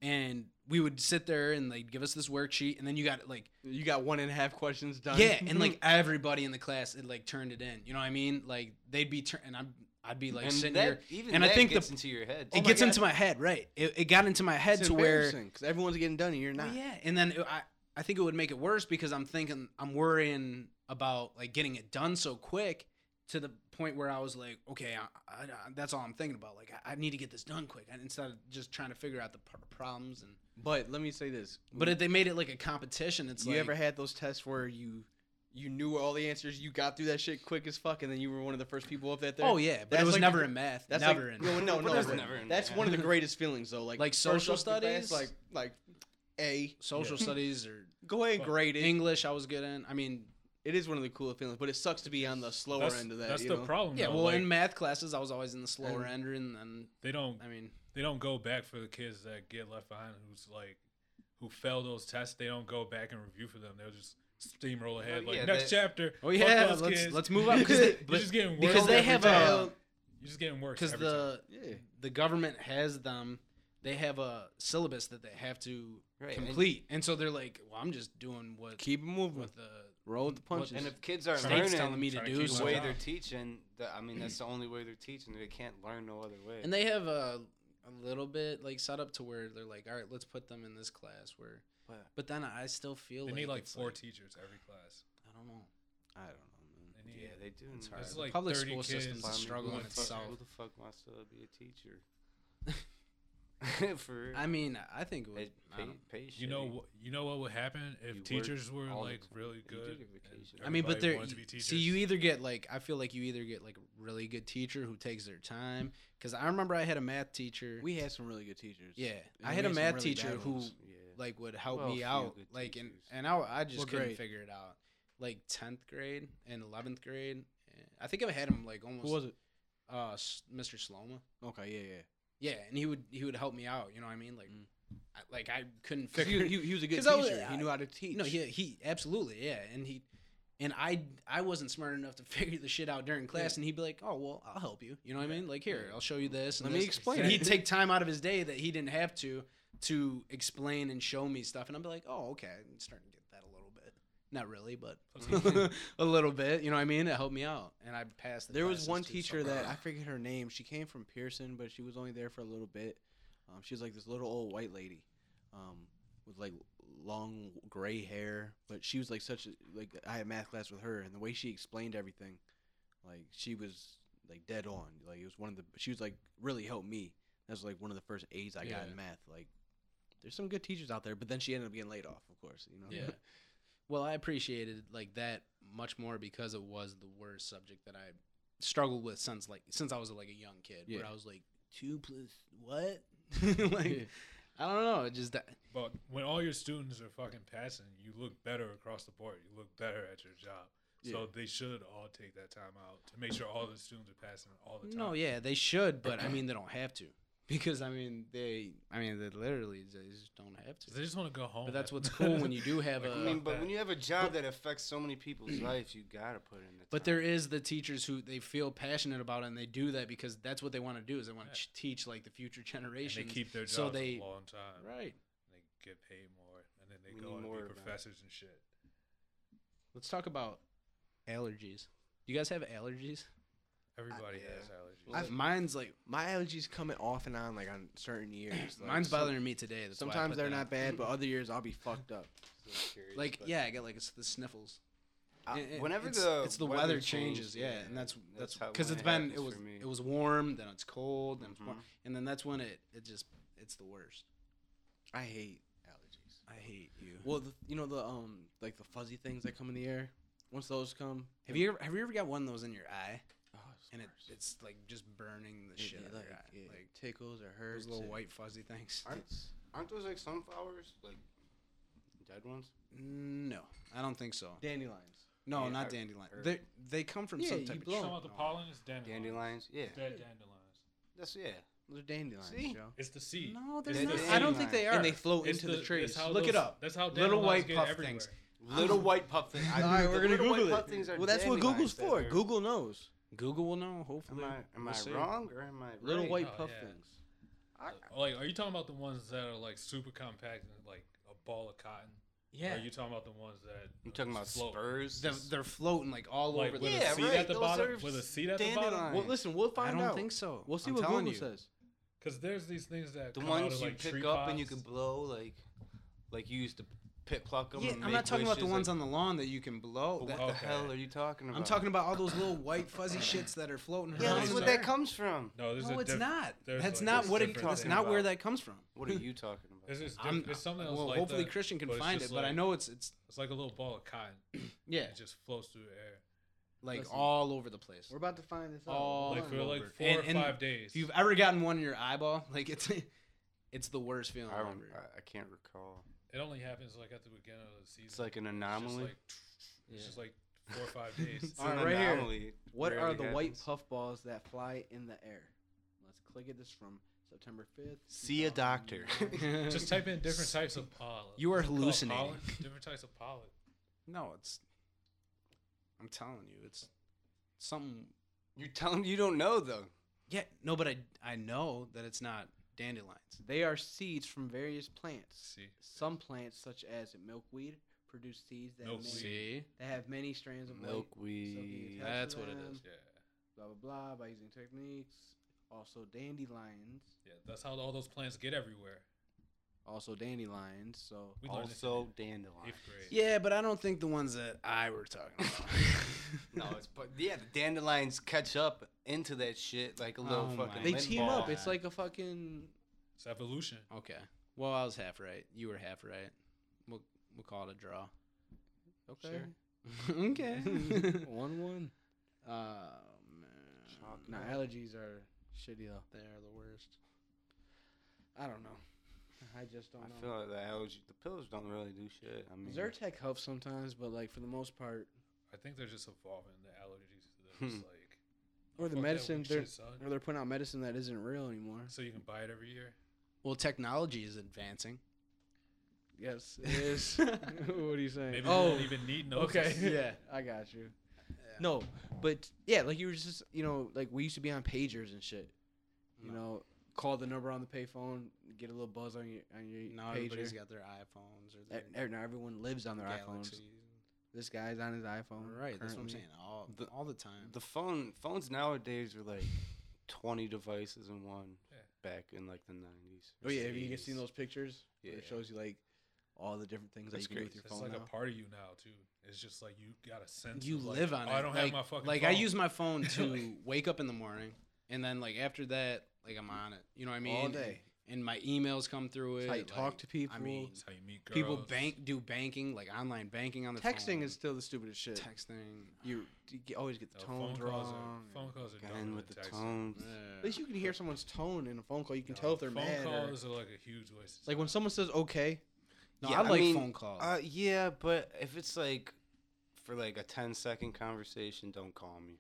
and we would sit there and they'd give us this worksheet, and then you got like
You got one and a half questions done.
yeah, and like everybody in the class had like turned it in. You know what I mean? Like they'd be tur- and I'm I'd be like
and
sitting
that,
here
even
and I
that
think the-
gets into your head. Oh
it
Oh my
gets
God.
into my head, right? It, it got into my head
it's
to where,
because everyone's getting done and you're
Well,
not.
yeah, and then it- I, I think it would make it worse because I'm thinking, I'm worrying about like getting it done so quick to the point where I was like, okay, I, I, I- that's all I'm thinking about. Like, I, I need to get this done quick and instead of just trying to figure out the p- problems. And
But let me say this.
but if they made it like a competition, it's
Mm. you
like
ever had those tests where you you knew all the answers, you got through that shit quick as fuck, and then you were one of the first people up that there.
oh yeah, but
That's
it was
like-
never in math,
that's
never
like,
in
no, no, no.
That's
but
never in
that's
math.
one of the greatest feelings though. Like
Like
first
social
up to class,
studies?
like like A.
social studies or
Go ahead and
But
grade it.
English. I was good in. I mean,
It is one of the cooler feelings, but it sucks to be on the slower
That's,
end of that.
that's
you
the
know?
problem.
yeah.
though,
Well,
like,
in math classes, I was always in the slower
And-
end, and then
they don't
I mean,
they don't go back for the kids that get left behind who's like who fail those tests they don't go back and review for them they'll just steamroll ahead like
yeah,
next
that-
chapter
oh
fuck
yeah,
those
let's
kids.
let's move on because
you're
they, but-
just getting worse
because they
every
have uh,
time.
a
you're just getting worse
because
because
the
Yeah.
the government has them they have a syllabus that they have to
Right, and-
complete and, so they're like well i'm just doing what
Keep it moving.
what the
Roll with the punches.
And if kids aren't
state's
learning
telling me to
trying to
do
keep
the
so.
way
Yeah.
they're teaching, the, I mean, that's the only way they're teaching. They can't learn no other way.
and they have a, a little bit like set up to where they're like all right let's put them in this class where
But-
but then i still feel
they
like
need like
it's
four teachers every class
i don't know
I don't know,
they need
yeah, they do.
It's
need
hard.
to
it's
The
like
public
30
school
kids.
system's a
find me
struggle
who
in
the fuck-
itself.
Who the fuck wants to be a teacher? For real.
i mean i think it would
It
I,
pay,
don't-
pay
you know
shitty.
what you know what would happen if
You work
teachers were
all the
like
time.
really
You do
good
your
and
vacation.
I mean, but
everybody
they're
wanted to be
see, you
teachers?
either get like I feel like you either get like a really good teacher who takes their time because I remember I had a math teacher.
man. We had some really good teachers.
yeah,
And
I
we
had a
some
math
really
teacher
bad
who
ones.
Yeah.
like would help
Well, a
me
few
out
good
like and
teachers.
and I, I just
What
couldn't
grade?
figure it out like 10th grade and 11th grade and I think I had him like almost
Who was it?
uh S- Mr. Sloma
Okay, yeah, yeah.
yeah and he would he would help me out you know what I mean like
Mm.
I, like I couldn't
'Cause
figure
He, he, he was a good
'Cause I was-
teacher. he knew how to teach.
no yeah he absolutely yeah and he and I I wasn't smart enough to figure the shit out during class
Yeah.
and he'd be like oh well I'll help you you know what I mean like here I'll show you this and
Let me
this."
explain
and
it.
he'd take time out of his day that he didn't have to to explain and show me stuff and I'd be like oh okay I'm starting to get that a little bit not really but a little bit you know what I mean it helped me out and I passed the
There was
classes
one
too,
teacher
so-
that I forget her name. She came from Pearson, but she was only there for a little bit. Um, she was like this little old white lady, um, with like long gray hair. But she was like such a, like I had math class with her, and the way she explained everything, like she was like dead on. Like it was one of the she was like really helped me. That was like one of the first A's I got
Yeah.
in math. Like there's some good teachers out there, but then she ended up getting laid off, of course. You know.
Yeah. well I appreciated like that much more because it was the worst subject that I struggled with since like since I was like a young kid where
Yeah.
I was like two plus what like I don't know it just that
but when all your students are fucking passing you look better across the board you look better at your job so
Yeah.
they should all take that time out to make sure all the students are passing all the time
No, yeah, they should, but I mean, they don't have to because I mean, they, I mean, they literally they just don't have to.
they just want to go home
But that's what's cool when you do have
Like,
a.
uh,
I mean, but
that-
when you have a job that affects so many people's lives, you gotta put in the.
but
time.
there is the teachers who they feel passionate about it and they do that because that's what they want to do is they want to
Yeah.
ch teach like the future
and they
generation.
keep their jobs
so they-
a long time
right.
and they get paid more, and then they
We
go
need
and
more of
be
that.
professors and shit.
Let's talk about allergies. Do you guys have allergies?
Everybody
yeah.
has allergies.
I've-
mine's like
My allergies coming off and on, like on certain years. Like,
mine's
some-
bothering me today. that's why I
Sometimes
put
they're
that
not
on.
bad, but other years I'll be fucked up.
Just curious,
Like
but-
yeah, I get like it's the sniffles.
I-
It- it-
whenever
it's,
the
it's the weather, changes, yeah, and that's that's
how-
because
when
it's been
happens
it was
for me.
it was warm, then it's cold, then it's warm,
Mhm.
and then that's when it it just it's the worst.
I hate allergies.
I hate you.
Well, the, you know the um like the fuzzy things that come in the air. Once those come,
Have you ever have you ever got one of those in your eye
Oh,
and it,
worse.
it's like just burning the
It-
shit
it,
out of
like,
your eye,
it
like
tickles or hurts.
those little
and-
white fuzzy things?
Aren't, aren't those like sunflowers? Like dead ones?
No, I don't think so.
dandelions.
No,
Yeah,
not
I-
dandelion.
or-
They they come from
Yeah,
some
you
type of
blow
Some
tree.
it.
about the
No.
pollen is dandelion.
Dandelions? Yeah.
Dead dandelions.
That's yeah.
Those are dandelions,
See?
Joe.
It's the seed.
No, they're
It's
not.
the
I don't
dandelion.
think they are.
And they float
It's
into
the-
the,
that's
trees.
how
Look it
those-
up.
That's how
Little
dandelions
white
get
puff
everywhere.
things.
Little white puff thing. I-
Alright, we're
the
gonna
little white
Google
puff
it.
things are
Well, that's what Google's
dandelions that
for.
are-
Google knows.
Google will know.
Am
Hopefully,
I am
We'll
I
see.
wrong or am I right?
Little white
Oh,
puff
yeah.
things.
Uh, Like, are you talking about the ones that are like super compact and like a ball of cotton? Or are you talking about the ones that
I'm talking about
float?
spurs.
They're, they're floating like all
Like
over.
with
the
a
Yeah,
seed
right,
at the
those
bottom.
are
With a seed at the bottom.
dandelions.
Well, listen, we'll
I
find
don't
out.
think so.
We'll see
I'm
what
telling
Google
you.
says.
Because there's these things that
the
come out
ones
of,
you
like, tree
pick up and you
pots.
can blow like like you used to pit pluck them.
Yeah, I'm not talking about the ones on the lawn that you can blow.
What
That-
the
Okay.
hell are you talking about?
I'm talking about all those little white fuzzy shits that are floating.
Yeah, that's
around
what
there.
that comes from.
No, there's
No,
a
it's
diff-
not.
there's
That's
like-
not
there's
what it.
different
That's
thing
not where
about-
that comes from.
What are you talking about?
There's, this diff-
I'm,
there's something else
well,
like
hopefully
that,
Christian can
but it's
find it,
just
but I
like-
know it's it's
It's like a little ball of cotton.
yeah,
It just flows through the air.
like
Listen.
all over the place.
We're about to find this out.
All
Oh, like for
over.
like four
And-
or
and
five days.
If you've ever gotten one in your eyeball, like it's it's the worst feeling
I
ever.
don't. I, I can't recall.
it only happens like at the beginning of the season.
It's like an
It's
anomaly.
just like, it's just like four or five days.
It's
Alright,
an
right here.
anomaly. It
What are
rarely
the white
happens.
puff balls that fly in the air? Let's click at this from September 5th.
See a doctor.
2009.
just type in different types of pollen.
You are
Is it called
hallucinating.
pollen? Different types of pollen.
no, it's. I'm telling you, it's something.
You're telling me you don't know though.
Yeah, no, but I I know that it's not dandelions.
They are seeds from various plants.
See,
Some plants, such as milkweed, produce seeds that,
Milkweed.
May,
See,
that have many strands of white
Milkweed.
That's
that's what it
them.
is.
yeah,
blah blah blah by using techniques. Also dandelions.
yeah. That's how all those plants get everywhere.
Also dandelions. So
We learned this in
Also dandelion.
eighth grade.
Yeah, but I don't think the ones that I were talking about.
No, it's but yeah, the dandelions catch up into that shit like a little
Oh my
fucking.
they
lint
team
ball.
up. It's like a fucking
It's evolution.
okay. Well, I was half right. You were half right. We'll we'll call it a draw.
okay.
okay.
one one. Oh man.
Shock
No,
me.
allergies are shitty though.
they are the worst.
I don't know. I just don't
I
know.
feel like the allergy, the pills don't really do shit. I mean,
Zyrtec helps sometimes, but like for the most part,
I think they're just evolving the allergies. They're just
Hmm.
like
or the
"Fuck that
medicine
weak
they're
shit, son."
or they're putting out medicine that isn't real anymore.
so you can buy it every year.
Well, technology is advancing.
Yes, it is. what are you saying?
Maybe
oh,
they don't even need no.
okay. yeah, I got you. No, but yeah, like you were just, you know, like we used to be on pagers and shit. You
No.
know, call the number on the payphone, get a little buzz on your on your
Now everybody's
pager.
got their iPhones or
E-
their
e- Now everyone lives on their iPhones.
Galaxies.
This guy's on his iPhone.
Right, that's what I'm
currently.
saying. All the,
The-
all the time.
the phone phones nowadays are like twenty devices in one.
Yeah.
Back in like the nineties.
Oh yeah, have you guys seen those pictures? where It
Yeah.
shows you like all the different things
That's
that you can do with your
It's
phone
like
now.
a part of you now too. It's just like you got a sense.
you
of, like,
live on
"Oh,
it.
I don't
like,
have my fucking.
Like I
phone."
use my phone to
Like-
wake up in the morning, and then like after that, like I'm on it. You know what I mean?
all
And-
day.
And, my emails come through it.
It's how you talk
like,
to people.
I mean,
That's how you meet girls.
people bank do banking like online banking on their phone.
texting is still the stupidest shit.
texting.
you, you get- always get the
No,
tones
phone calls
wrong.
Are, phone calls are
And
dumb than
with the
texting.
tones.
At least you can hear someone's tone in a phone call. You can tell if they're
phone
mad. or-
calls are like a huge waste. of
like when
time.
someone says "okay,"
No,
Yeah,
I
I
like
mean,
phone calls.
Uh, yeah, but if it's like for like a 10 second conversation, don't call me.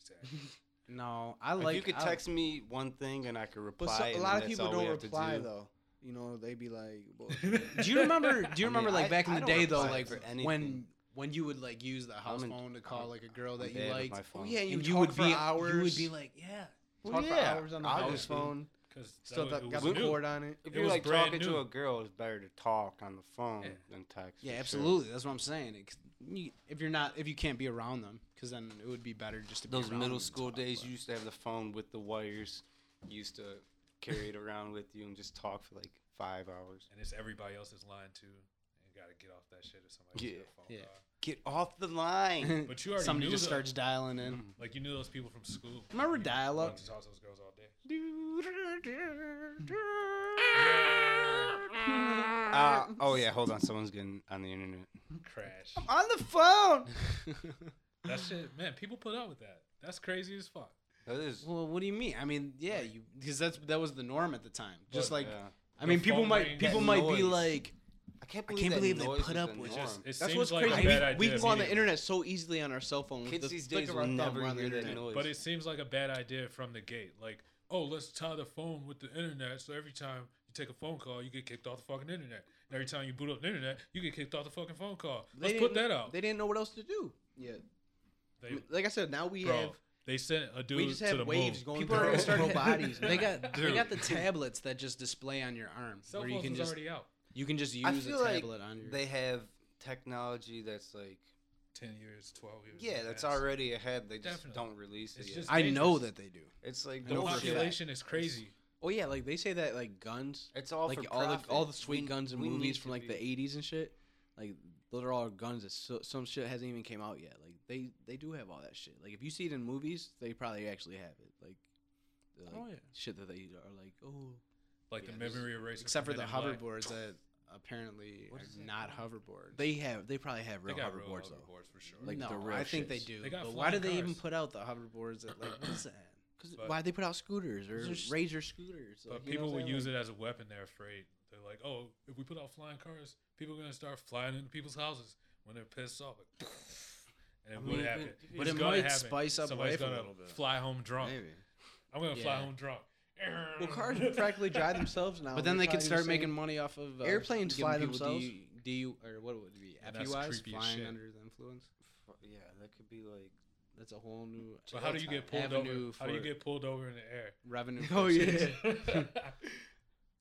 Exactly.
no, I
If
like.
you could
I-
text me one thing and I could reply.
But so, a
and
lot
then
of
that's
people
all we
don't
have to
reply
do.
though. You know, they be like, well,
Do you remember? Do you
I mean,
remember like
I-
back in the
I don't
day though,
reply
like
for
when
anything.
when you would like use the house
in-
phone to call
I'm-
like a girl
I'm
that you
bad with
liked,
my phone.
oh yeah, you,
and
talk for
be
hours.
you would be like, yeah,
Well,
talk for
yeah,
hours
on the house
obviously.
phone.
Because
Still got, got
was
the
new.
cord on it.
If
It
you're
was
like
brand
talking
new.
to a girl, it's better to talk on the phone
Yeah.
than text.
yeah,
for sure.
absolutely. That's what I'm saying. It, you, if you're not, if you can't be around them, because then it would be better just to
Those
be around them
middle
and
school
talk,
days,
but-
you used to have the phone with the wires. You used to carry it around with you and just talk for like five hours.
and it's everybody else's line too. And you gotta get off that shit if somebody
Yeah,
gets a phone
yeah.
call.
Get off the line.
But you already
somebody
knew
just
the-
starts dialing in.
Like you knew those people from school.
Remember
You
dial-up?
wanted to talk to those girls all day.
Uh, oh yeah, hold on. Someone's getting on the internet.
Crash.
On the phone.
That shit, man. People put up with that. That's crazy as fuck.
That is
well, what do you mean? I mean, yeah, you because that's that was the norm at the time. Just
But,
like
yeah.
I mean,
The
people
phone
might
ring,
people
that
might
noise.
be like,
I can't
I
believe,
can't
that
believe they
noise
put
is
up
the
with
norm.
Just, it
That's
seems
what's
like
crazy.
A bad
We, we
idea
can go on the
immediately.
internet so easily on our cell phone.
Kids
with the
these
flick
days
of
will
our thumb,
never
we're on the
hear that
internet.
noise.
But it seems like a bad idea from the gate. Like, oh, let's tie the phone with the internet. So every time you take a phone call, you get kicked off the fucking internet. And every time you boot up the internet, you get kicked off the fucking phone call.
They
Let's put
didn't-
that out.
They didn't know what else to do.
yeah,
They,
Like I said, now we
bro,
have
they sent a dude
we just
to the
have waves
moon.
going
people
through
are
our
gonna start
little bodies.
They got they
Dude.
got the tablets that just display on your arm,
Cell
where you
phones
can
was
just
already out
you can just use
I
a
feel like
tablet on your.
they have technology that's like
ten years, twelve years.
yeah,
in
that's
advance.
already ahead. They just
Definitely.
don't release it.
It's
yet.
just-
I know
dangerous.
that they do.
it's like
The
The
no shit.
population is crazy.
oh yeah, like they say that like guns,
It's all
like
for
all the
profit.
all the sweet
We-
guns and
we
movies
need
from
to
like
be-
the '80s and shit. Like those are all guns that so, some shit hasn't even came out yet. Like they they do have all that shit. Like if you see it in movies, they probably actually have it. Like, the, like
Oh, yeah.
shit that they are like oh
Like
Yeah,
the
this-
memory eraser.
Except for
from
the
Men in Black.
hoverboards that apparently
What is
are
it
not hoverboards.
they have they probably have
They
real
got real
hoverboards though.
hoverboards for sure.
like,
no,
the real
I think they
shits.
do.
They got
but why do
flying
they even
cars.
put out the hoverboards? That like what is that?
Because
But-
why they put out scooters or
Those are just-
razor scooters?
But
like, you know
people
what I'm
will
saying?
use it as a weapon. They're afraid. They're like, oh, if we put out flying cars, people are gonna start flying into people's houses when they're pissed off. Like, and it
mean,
would
you
happen.
could- you
It's
could- But it
gonna
might spice up
Somebody's
life a
gonna
little bit.
Fly home drunk.
Maybe.
I'm gonna fly
Yeah.
home drunk.
Well, cars practically drive themselves now.
But then they
They're
could
probably
start
the same-
making money off of uh,
Airplanes
giving
fly
people
themselves.
DU, DU or what would it be?
Yeah, that's
FUIs,
creepy as
flying
shit.
under the influence.
F- Yeah, that could be like
That's a whole new.
But how do you get pulled
avenue
over? How do you
for
get pulled over in the air?
revenue?
Oh, yeah.
sources.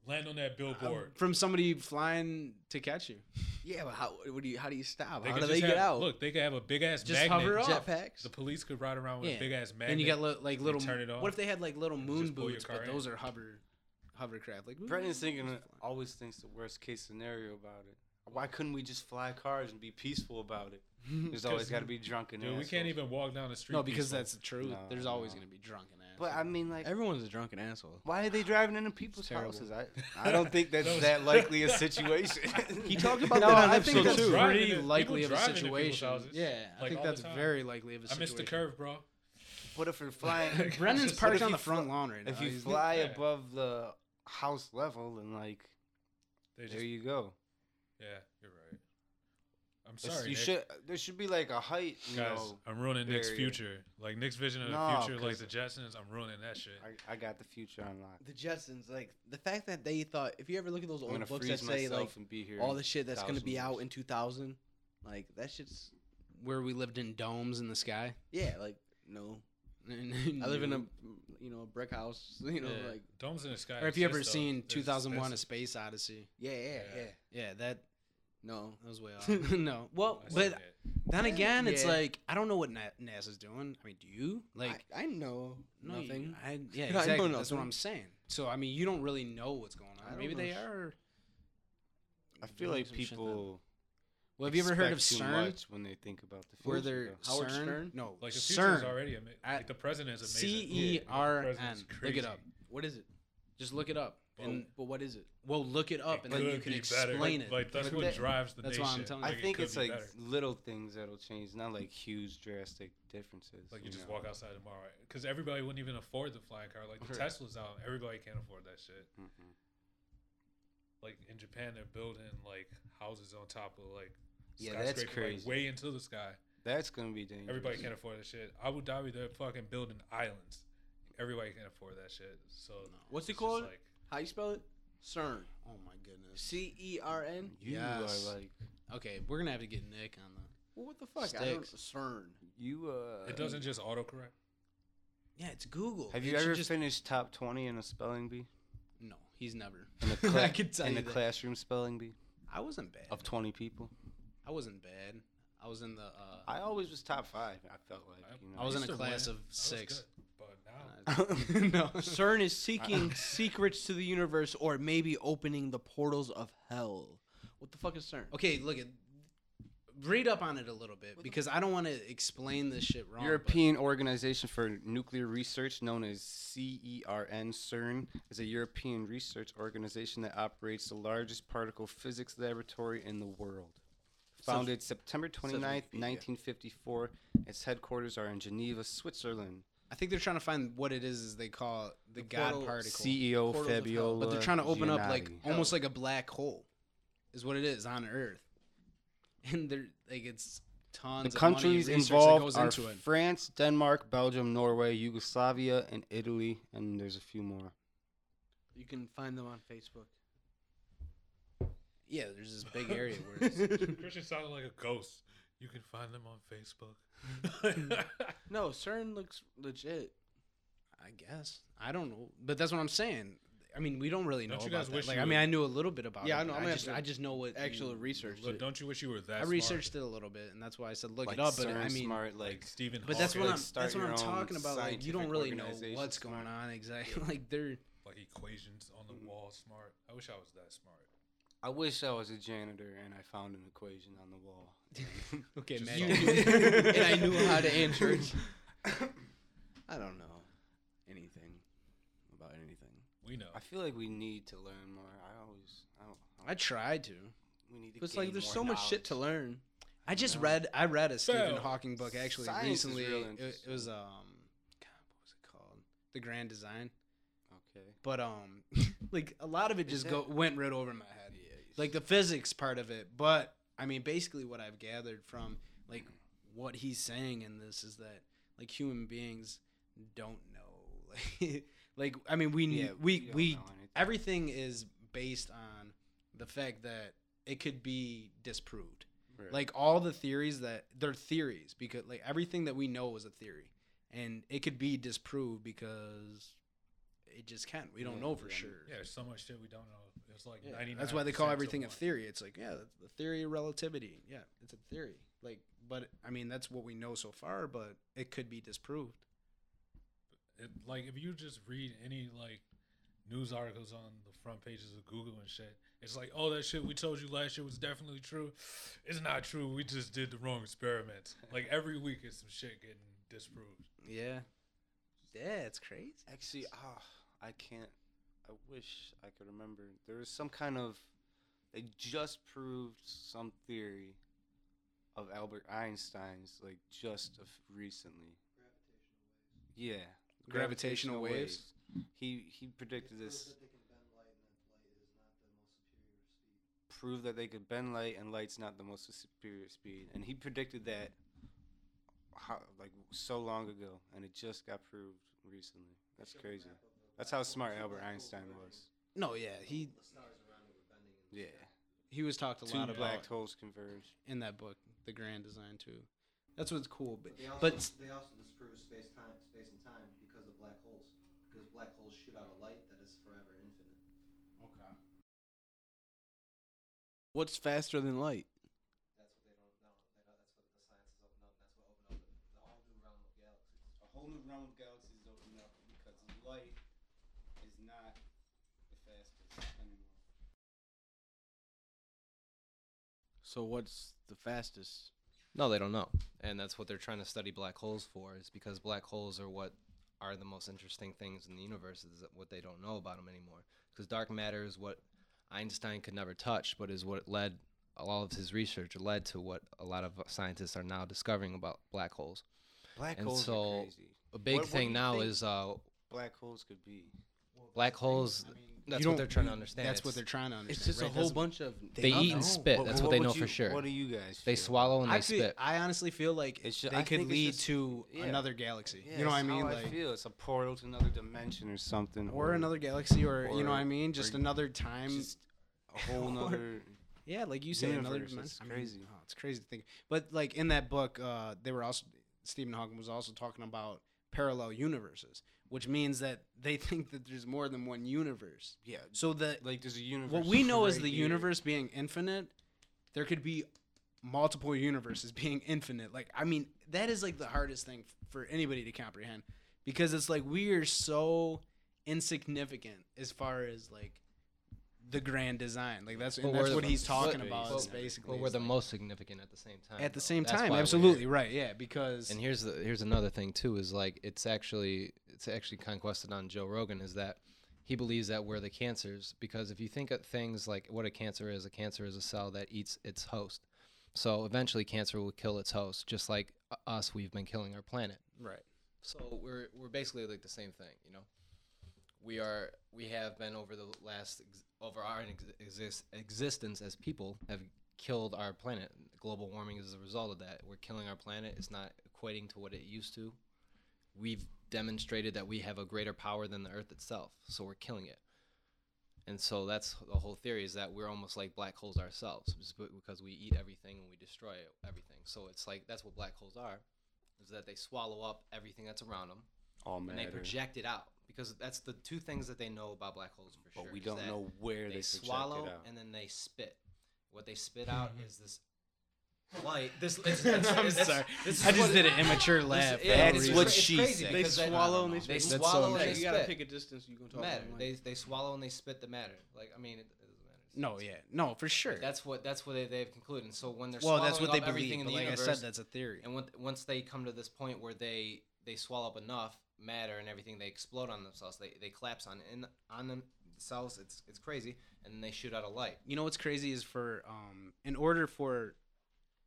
Land on that billboard.
Um, From somebody flying to catch you.
Yeah, but how? What do you? How do you stop? how
could
do
just
they get
have-
out?
Look, they could have a big ass
Just
magnet.
hover off.
jetpacks.
The police could ride around with
Yeah.
a big ass magnet.
and you got li- like
they
little.
turn it
What
on.
if they had like little
and
moon
just pull your
boots? But
car in.
those are hover, hovercraft. Like
Brendan's thinking always thinks the worst case scenario about it. Why couldn't we just fly cars and be peaceful about it? There's always got to be drunk and
Dude, we can't
assholes.
even walk down the street.
No, because
peaceful.
that's the truth.
No,
There's always
no.
gonna be drunken ass.
But I mean, like,
Everyone's a drunken asshole.
why are they driving into people's
terrible.
houses? I, I don't think that's
That was-
that likely a situation.
He talked about
no,
that on
I think
episode
that's
People
two.
driving
pretty
into-
likely
people
of a
driving into people's
situation.
houses,
Yeah, I
like,
think
all the
that's
time.
very likely of a
I
situation.
missed the curve, bro.
What if you're flying?
Brendan's
What
parked
if
on
you
the front lawn right now.
if you
He's-
fly
yeah.
above the house level, then like,
They just,
there you go.
yeah, you're right. I'm
It's-
sorry.
you
Nick.
should. There should be like a height. You
Guys,
know,
I'm ruining Nick's
barrier.
future. Like Nick's vision of
No,
the future, like
'cause-
the Jetsons. I'm ruining that shit.
I, I got the future unlocked.
The Jetsons, like the fact that they thought, if you ever look at those
I'm gonna
old books
freeze
that say like
myself and be here.
all the shit that's gonna be
1,000
out
years.
in 2000, like that shit's
where we lived in domes in the sky.
yeah, like no. I live in a you know a brick house, you know
Yeah.
like
Domes in the sky.
Or if you ever
exist, though.
seen
It's
2001: A
expensive.
Space Odyssey,
yeah, yeah,
Yeah.
yeah.
yeah, that
No,
that was way off. no, well,
I seen
but
that.
then again, it's
Yeah.
like I don't know what Na- NASA's doing. I mean, do you like?
I, I know
no, you-
nothing.
I, yeah,
I know
exactly. That's what
nothing.
I'm saying. So I mean, you don't really know what's going
I
on.
don't
Maybe
know
they
sh-
are.
I feel
doing
like
some shit that-
people.
Well, have you ever heard of
expect too
CERN?
much when they think about the future?
Where they're
though.
Howard
CERN?
Stern?
No,
Like the future is
CERN.
already amazing. Like the president is
C
amazing.
E
The
R N.
president's
Look it
crazy.
up.
What is it?
Just look it up.
Well,
And
But what is it?
well, look it up,
It
and then you
could
can
be better.
explain
Like-
it.
Like that's
But
what
that-
drives the
that's
nation.
why I'm telling
I
Like,
think
could
it's
be
like
better.
little things that'll change, not like huge drastic differences.
Like you just
know?
walk outside tomorrow, because everybody wouldn't even afford the flying car. Like the
Right.
Tesla's out, everybody can't afford that shit.
Mhm.
Like in Japan, they're building like houses on top of like
Yeah, that's
skyscraper, like,
crazy.
way into the sky.
That's gonna be dangerous.
Everybody can't afford that shit. Abu Dhabi, they're fucking building islands. Everybody can afford that shit. So
What's it
it's just
called?
like-
How you spell it? CERN.
Oh my goodness.
C E R N.
You
Yes.
are like
Okay, we're gonna have to get Nick on the.
Well, what the fuck? I don't
Sticks.
CERN.
you. Uh,
it doesn't just autocorrect.
Yeah, it's Google.
Have
It
you
should
ever
just-
finished top twenty in a spelling bee?
No, he's never.
In a
I
cla-
can tell
in
you
a
that.
classroom spelling bee
I wasn't bad.
of twenty people.
I wasn't bad. I was in the. Uh,
I always was top five. I felt like you know.
I was in
used
a
to
class
win.
of
I was
six.
good, but now
no.
CERN is seeking secrets to the universe or maybe opening the portals of hell. What the fuck is CERN?
Okay, look at. read up on it a little bit because I don't want to explain this shit wrong. but-
European Organization for Nuclear Research, known as CERN, CERN, is a European research organization that operates the largest particle physics laboratory in the world.
Sounds-
Founded September 29th,
Wikipedia.
1954, its headquarters are in Geneva, Switzerland.
I think they're trying to find what it is is they call the,
The
God
portal-
particle.
CEO
Portals of Hell.
Fabiola.
but they're trying to open up like
Giannotti.
almost like a black hole, is what it is on Earth, and they're like it's
The
tons.
countries
of money and research that
involved
goes
are
into it.
France, Denmark, Belgium, Norway, Yugoslavia, and Italy, and there's a few more.
You can find them on Facebook.
Yeah, there's this big area where it's,
Christian sounded like a ghost. You can find them on Facebook.
no, CERN looks legit.
I guess I don't know, but that's what I'm saying. I mean, we don't really know
Don't you
about
guys
that.
wish
like,
you
I mean, I knew a little bit about
Yeah,
it.
I know,
but
I'm
I
gonna
just,
have to
I just know what
Actually,
you-
research.
Look, don't you wish you were that?
I
smart?
researched it a little bit, and that's why I said look
Like
it up. But
CERN
I mean,
smart, like
like Stephen.
But that's
Hawking.
what
like
I'm. That's
start
what
your
I'm
own
talking about. Like you
scientific
don't really know
organization
what's
smart.
going on exactly. Like they're
like equations on
Mm.
the wall smart. I wish I was that smart.
I wish I was a janitor and I found an equation on the wall.
okay,
Just
man.
You
and I knew how to answer it. I don't know anything about anything.
We know.
I feel like we need to learn more. I always, I don't, I
I tried to.
we need to.
But it's like
gain
there's
more
so much shit to
knowledge.
learn.
I just
No.
read. I read a Stephen
Fail.
Hawking book actually
Science is
recently.
real
It, it
interesting.
was um, God, what was it called? The Grand Design.
Okay.
But um, like a lot of it
Is
just go
that-
went right over my head. like the physics part of it. But I mean, basically, what I've gathered from like what he's saying in this is that like human beings don't know. Like, like I mean, we
Yeah,
we
don't
we
know anything.
everything is based on the fact that it could be disproved.
Right.
Like all the theories that they're theories because like everything that we know is a theory, and it could be disproved because. It just can't. We don't
Yeah,
know for
yeah.
sure.
yeah, there's so much shit we don't know. It's like
Yeah,
99.
That's why they call everything a theory. It's like, yeah, that's the theory of relativity. Yeah, it's a theory. Like, but I mean, that's what we know so far, but it could be disproved.
It, like if you just read any like news articles on the front pages of Google and shit, it's like, oh, that shit we told you last year was definitely true. It's not true. We just did the wrong experiments. Like every week, it's some shit getting disproved.
Yeah. Yeah, it's crazy.
Actually, ah, I can't. I wish I could remember. There was some kind of. They just proved some theory of Albert Einstein's, like just of recently. Yeah.
Gravitational waves?
He he predicted this. Proved that they could bend light, and light's not the most superior speed. And he predicted that, how, like so long ago, and it just got proved recently. That's crazy. That's how smart Albert Einstein was.
No, yeah, he
Yeah.
he was talked a
Two
lot about
black holes converge.
in that book, The Grand Design too. That's what's cool. But,
They also,
but s-
they also disprove space time, space and time because of black holes. Because black holes shoot out a light that is forever infinite.
What's faster than light?
That's what they don't know. They know that's what the science has opened up. That's what opened up the, the whole new
A whole new realm
realm of galaxies.
of galaxies opened up because light is not the fastest anymore.
So what's the fastest?
No, they don't know, and that's what they're trying to study black holes for. Is because black holes are what are the most interesting things in the universe. Is what they don't know about them anymore. Because dark matter is what Einstein could never touch, but is what led all of his research led to what a lot of scientists are now discovering about black holes.
Black
And
holes
so,
are crazy.
A big
What- what do
thing
you
now
think-
is uh,
Black holes could be.
black holes.
I mean,
That's
you
what
don't-
they're trying to
you-
understand.
That's
It's-
what they're trying to understand.
It's just
right?
a whole
That's-
bunch of
They
don't
eat and
know.
spit.
What-
That's
what
what they
would
know
you-
for sure.
What do you guys?
They
feel?
swallow and
I,
they
feel,
spit.
I honestly feel like
It's ju-
they
I
could
think it's
lead
just-
to
yeah.
another galaxy.
Yeah,
you know what I
it's
mean?
How
like
I feel it's a portal to another dimension or something,
or another galaxy or, you know what
or-
I mean just
or
another time
just a whole
or-
nother.
yeah like you said another
universe,
dimension
it's
I mean,
crazy.
oh, it's crazy to think but like in that book uh, they were also Stephen Hawking was also talking about parallel universes which means that they think that there's more than one universe
Yeah,
so that
like there's a universe.
what we know is
right
the
here.
universe being infinite there could be multiple universes being infinite like i mean that is like the hardest thing f- for anybody to comprehend because it's like we are so insignificant as far as like the grand design. Like that's
But
and
where
that's
the-
what he's
but-
talking
but-
about.
but-
is
but
basically
But we're
it's
the
like-
most significant at the same time.
at the
though.
same
That's
time.
why we're
Absolutely
here.
right. Yeah, because
And here's the here's another thing too is like it's actually it's actually conquested on Joe Rogan is that he believes that we're the cancers because if you think of things like what a cancer is, a cancer is a cell that eats its host. So eventually cancer will kill its host just like u- us we've been killing our planet.
right.
So we're we're basically like the same thing, you know. We are we have been over the last ex- over our ex- exist, existence as people have killed our planet. Global warming is a result of that. We're killing our planet. It's not equating to what it used to. We've demonstrated that we have a greater power than the earth itself, so we're killing it. And so that's the whole theory is that we're almost like black holes ourselves just be- because we eat everything and we destroy everything. So it's like that's what black holes are is that they swallow up everything that's around them
All
and they
matter.
project it out because that's the two things that they know about black holes for
but
sure.
we
is
don't
that
know where
they,
they, project
swallow
it out.
and then they spit. What they spit out is this light. This it's, it's,
I'm
it's-
sorry.
This is
I just
what-
did an immature laugh.
yeah,
That
it's
is
cra-
what
it's
she
crazy
said.
because
They swallow and they
they
spit.
That's
swallow
so
and they
you gotta
spit.
pick a distance you can talk
matter.
about.
They they swallow and they spit the matter. Like I mean, it, it doesn't matter. It's-
No, yeah, no, for sure.
That's what that's what they, they've concluded. And so when they're
well,
swallowing
that's what they
up everything
believe.
in
But
the
like I
universe,
said, that's a theory.
and when, once they come to this point where they they swallow up enough matter and everything, they explode on themselves. They they collapse on in on themselves. It's it's crazy, and then they shoot out a light.
You know what's crazy is for um in order for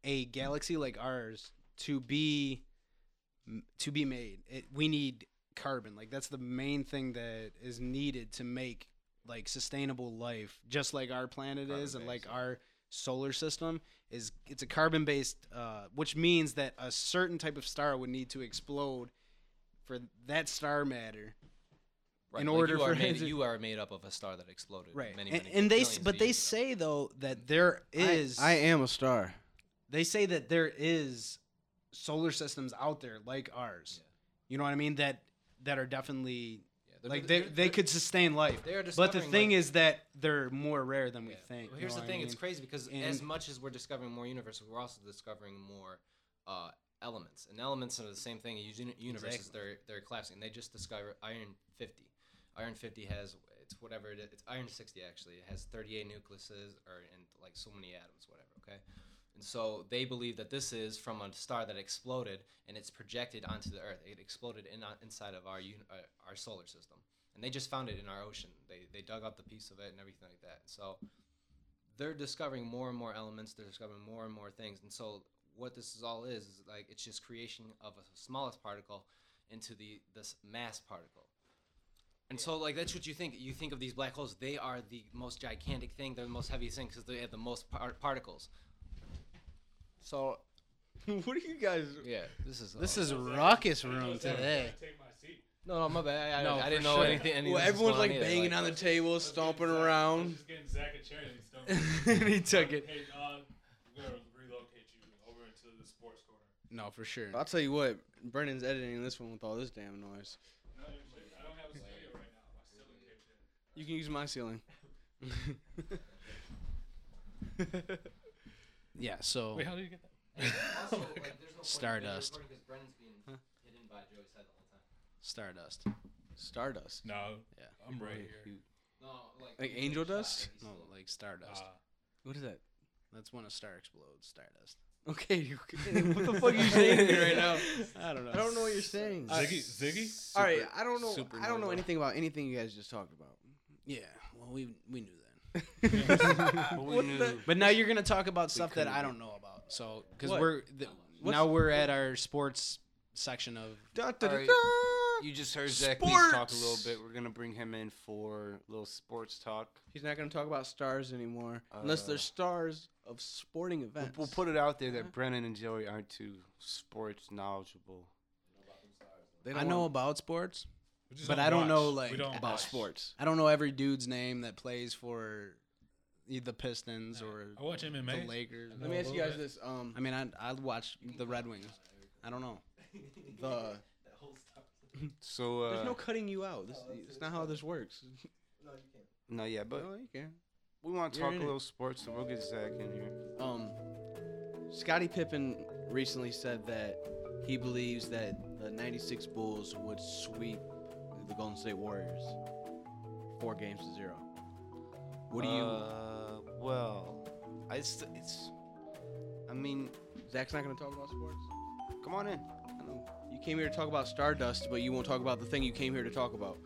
a galaxy like ours to be to be made, it, we need carbon. Like that's the main thing that is needed to make like sustainable life, just like our planet is, and like
Carbon-based,
our solar system is. It's a carbon based, uh, which means that a certain type of star would need to explode for that star matter In
like,
order
you are
for
made,
it to-
you are made up of a star that exploded.
right
Many,
and,
many
and they
billions
s-
of
but they
years ago.
say though that there is
I, am a star.
they say that there is solar systems out there like ours
Yeah.
you know what i mean that that are definitely
Yeah, they're-
like they
they're-
they
they're-
could sustain life
They are
but the
discovering,
thing
like-
is that they're more rare than we
Yeah.
think
Well,
you
here's
know
the
what I
thing: it's
mean?
crazy because as
And-
much as we're discovering more universe, we're also discovering more uh, elements, and elements are the same thing. Use uni- universes
Exactly.
they're they're collapsing. They just discovered iron fifty. Iron fifty has it's whatever it is. It's iron sixty actually. It has thirty eight nucleuses or and like so many atoms, whatever. Okay. And so they believe that this is from a star that exploded, and it's projected onto the Earth. It exploded in, inside of our uni- uh, our solar system, and they just found it in our ocean. They they dug up the piece of it and everything like that. So they're discovering more and more elements. They're discovering more and more things. And so what this is all is is like it's just creation of a smallest particle into the this mass particle. And so like that's what you think. You think of these black holes. They are the most gigantic thing. They're the most heaviest thing because they have the most par- particles.
So, what are you guys?
Yeah, this is
this is oh. ruckus room today
Take my seat.
no, no, my bad. I, I,
No,
I
for
didn't know
sure.
anything. Any of
Well,
this was
everyone's
going
like
on either,
banging on the table, stomping around.
Just getting Zach a chair and he's stomping.
and he took it
Hey, Don, we're gonna relocate you over into the sports corner.
no for sure
I'll tell you what, Brennan's editing this one with all this damn noise.
No, wait, I don't have a studio right now. My ceiling caved in.
You can use my ceiling.
yeah so
how did you get that?
Also, like, there's no point in
Stardust.
recording 'cause Brennan's being hidden by Joey's head the whole time.
stardust
Stardust.
No.
Yeah.
I'm right here.
No, like
Like
he's
angel
shot,
dust?
he's
no
still-
like stardust
Ah.
What is that?
that's when a star explodes stardest
Okay, you, what the fuck are you saying to me right now?
i don't know
I don't know what you're saying.
Ziggy, Ziggy.
all right, I don't know.
Super-
I don't know
supernova.
anything about anything you guys just talked about.
yeah well we we knew that
But we
What
knew
the-
But now you're gonna talk about stuff that
couldn't
I
do-
don't know about. So because
What?
we're th-
What's-
now we're at our sports section of
Da, da, da,
All right.
da.
You just heard Zach Leach talk a little bit. We're gonna bring him in for a little sports talk.
He's not going to talk about stars anymore, unless
Uh,
they're stars of sporting
We'll,
events.
we'll put it out there
Huh?
that Brennan and Joey aren't too sports knowledgeable.
They don't
I know
want-
about sports.
We just
But I don't know,
watch.
like,
we don't
about
watch.
sports.
I don't know every dude's name that plays for e- the Pistons or
I watch MMA.
the Lakers.
I
Let
know
me
a
ask you
little
guys
bit.
this: um,
I mean, I I watch the Red Wings. I don't know.
the
That whole stuff.
So uh,
there's
no,
no cutting you out. This,
No, that's-
it's not how this works.
No, you can't.
yeah, but
no, you can.
we want to
you're
talk a
in it.
little sports, so we'll get Zach in here.
Um, Scottie Pippen recently said that he believes that the '96 Bulls would sweep the Golden State Warriors four games to zero.
What do you?
Uh,
Uh, well, I, it's, it's. I mean,
Zach's not going to talk about sports.
come on in.
I know. You came here to talk about Stardust, but you won't talk about the thing you came here to talk about.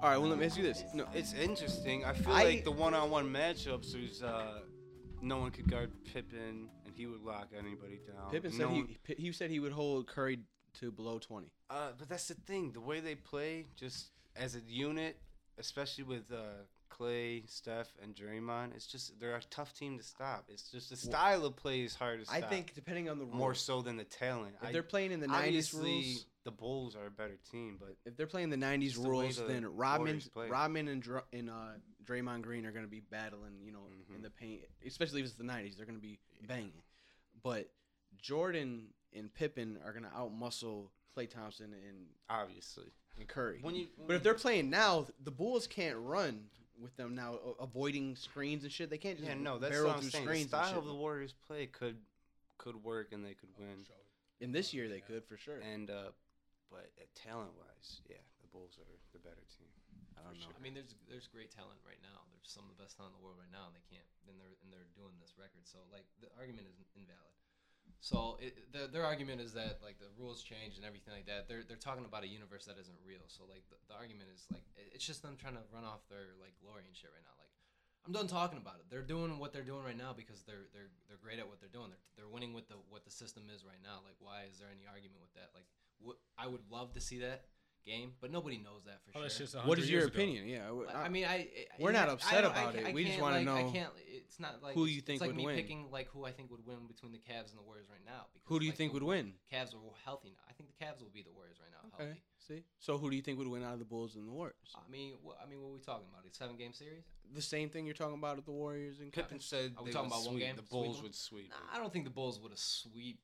All right, well, let me ask you this. No,
It's interesting. I feel
I-
like the one-on-one matchups is uh, no one could guard Pippen, and he would lock anybody down.
Pippen
And
said
no
he,
one-
Pi- he said he would hold Curry to below 20.
Uh, but that's the thing. The way they play, just as a unit, especially with uh, Clay, Steph, and Draymond, it's just they're a tough team to stop. It's just the style of play is hard to stop.
I think depending on the rules,
more so than the talent.
if
I-
they're playing in the 90s
obviously,
rules,
the Bulls are a better team, but
if they're playing the 90s
It's the way
rules,
the
then
Warriors
Rodman's,
play.
Rodman and, Dr- and uh, Draymond Green are going to be battling, you know, in
Mhm.
the paint, especially if it's the 90s. They're going to be banging. But Jordan and Pippen are going to outmuscle Clay Thompson and,
obviously,
and Curry.
when you when
but if
you-
they're playing now, the Bulls can't run with them now, a- avoiding screens and shit. They can't just
yeah, no, that's
barrel
what I'm
through
saying. The
screens and
style
shit.
of the Warriors play could could work, and they
Oh,
could win.
And this year they could for sure.
And uh, but talent wise, yeah, the Bulls are the better team.
I
for
don't know.
sure.
I mean, there's there's great talent right now. There's some of the best talent in the world right now, and they can't. And they're and they're doing this record. So like the argument is invalid. So it, their their argument is that like the rules change and everything like that. They're they're talking about a universe that isn't real. So like the, the argument is like it- it's just them trying to run off their like glory and shit right now. Like I'm done talking about it. They're doing what they're doing right now because they're they're they're great at what they're doing. They're they're winning with the what the system is right now. Like why is there any argument with that? Like what I would love to see that game, but nobody knows that for
Oh,
sure.
that's just
What
100
is your
years ago.
opinion? Yeah, I would-
I I mean, I. I-
We're
yeah,
not
I
upset
don't-
about
ca-
it.
I
We just
can't,
wanna
like-
know
I can't. It's not like
who
it's-
you think
it's like
would
me
win.
picking like who I think would win between the Cavs and the Warriors right now. Because,
Who do you
like,
think
the
would win?
Cavs are healthy now. I think the Cavs will be the Warriors right now.
Okay.
Healthy.
See? So who do you think would win out of the Bulls and the Warriors?
I mean, what, I mean, what are we talking about? A seven game series?
The same thing you're talking about with the Warriors and
Pippen said
Are we
they
talking
would
about one
sweep.
game?
The
Sweep
Bulls
them?
would sweep.
Nah,
them.
I don't think the Bulls would have sweep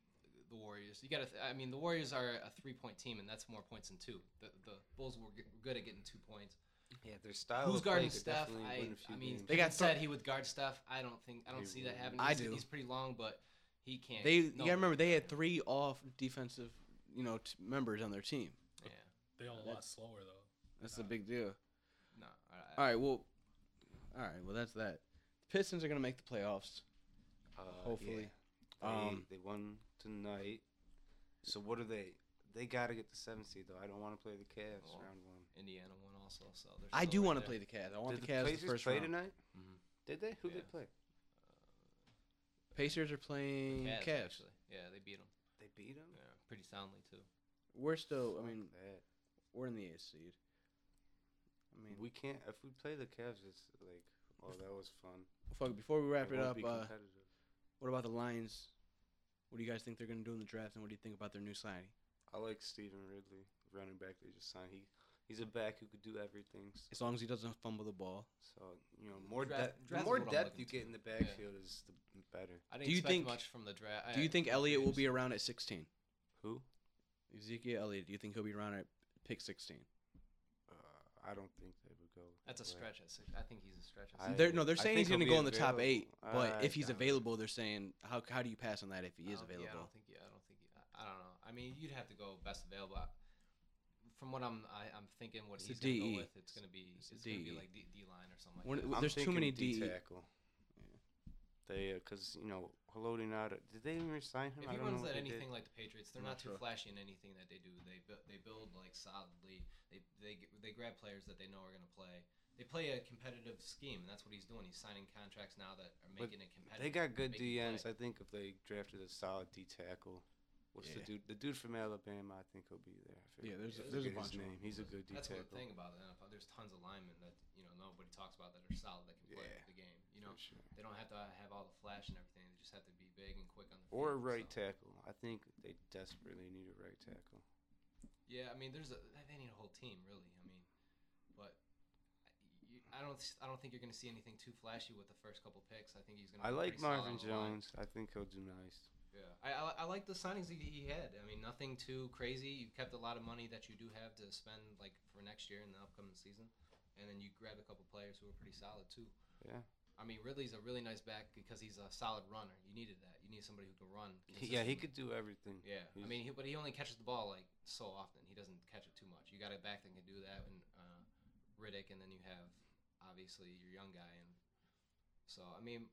the Warriors. You got to. Th- I mean, the Warriors are a three point team, and that's more points than two. The the Bulls were g- good at getting two points.
Yeah, their style.
Who's
of play
guarding
could
Steph?
definitely
I,
win a few
I mean,
games.
They
they
got
got
thro-
said he would guard Steph. I don't think I don't
He
see that
would.
happening.
I
He's,
do.
He's pretty long, but he can't.
They you
no
gotta
way.
remember they had three off defensive, you know, t- members on their team.
Yeah,
They all a lot slower though.
That's a big deal.
no. I,
All right, well, all right, well that's that. The Pistons are gonna make the playoffs.
Uh,
hopefully.
yeah. They,
Um,
they won tonight. So what are they? They got to get the seventh seed though. I don't want to play the Cavs
Well,
round one.
Indiana won also, so they're
I
still
do
right
want to
there.
play the Cavs. I want
Did
the Cavs
Blazers
the first
play
round.
tonight?
Mhm.
Did they? Who
Yeah.
they play?
Pacers are playing Cavs.
Cavs, actually. Yeah, they beat them.
They beat them.
Yeah, pretty soundly too.
We're still. I mean,
that.
we're in the eighth seed. I mean,
we can't. If we play the Cavs, it's like, oh, that was fun.
fuck. Before we wrap it,
won't
up,
be
uh,
competitive.
what about the Lions? What do you guys think they're gonna do in the draft, and what do you think about their new signing?
I like Steven Ridley, running back they just signed. He he's a back who could do everything.
As long as he doesn't fumble the ball.
So you know, more
Draft-
depth, the
draft is
more
what I'm
depth
looking
you get
to.
in the
Yeah.
backfield is the m- better.
I didn't
Do you
expect
think-
much from the draft.
Do you think Elliott will be around at 16?
Who?
Ezekiel Elliott, do you think he'll be around at pick 16?
Uh, I don't think they would go.
That's a
that way.
stretch. at six. I think he's a stretch. at
I-
six.
They're, no, they're
I
saying he's
think
going to go
he'll be
in the top eight,
available.
but
I
if he's
doubt it. Oh,
available, they're saying how how do you pass on that if he
I
is
don't- Um, Yeah, I
available?
don't think. Yeah, I don't think. I, I don't know. I mean, you'd have to go best available. I- From what I'm, I, I'm thinking, what
It's a
he's going to
DE.
go with, it's going to be,
It's
it's,
a
going to
DE.
be like D, D line or something like
When-
that.
w- there's too
thinking
many
D
D-
tackle. They because you know Haloti Nada. Did they even resign him?
If
I
he
don't
runs
know
that
what they did.
anything like the Patriots, they're
I'm
not,
not
too
sure.
flashy in anything that they do. They bu- they build like solidly. They they g- they grab players that they know are going to play. They play a competitive scheme, and that's what he's doing. He's signing contracts now that are
But
making it competitive.
They got good
make you play.
DNs. I think if they drafted a solid D tackle, what's the
Yeah.
dude? The dude from Alabama, I think he'll be there. I
Yeah,
forget-
there's
a-
I
there's a
forget
bunch
His
of
name.
them.
He's a good D
That's
tackle.
what the thing about the NFL. There's tons of linemen that you know nobody talks about that are solid that can play
Yeah.
the game. You
for
know,
sure.
they don't have to have all the flash and everything. They just have to be big and quick on the
Or a
field,
right
so-
tackle. I think they desperately need a right tackle.
Yeah, I mean, there's a they need a whole team really. I mean, but I- you, I don't s- I don't think you're going to see anything too flashy with the first couple picks. I think he's going to.
I like Marvin
Line.
Jones. I think he'll do nice.
Yeah, I, I I like the signings he, he had. I mean, nothing too crazy. You kept a lot of money that you do have to spend like for next year in the upcoming season, and then you grabbed a couple players who were pretty solid too.
Yeah.
I mean, Ridley's a really nice back because he's a solid runner. You needed that. You need somebody who can run.
Yeah, he
consistently.
could do everything.
Yeah, I
He's-
mean, he, but he only catches the ball like so often. He doesn't catch it too much. You got a back that can do that, and uh, Riddick, and then you have obviously your young guy, and so I mean,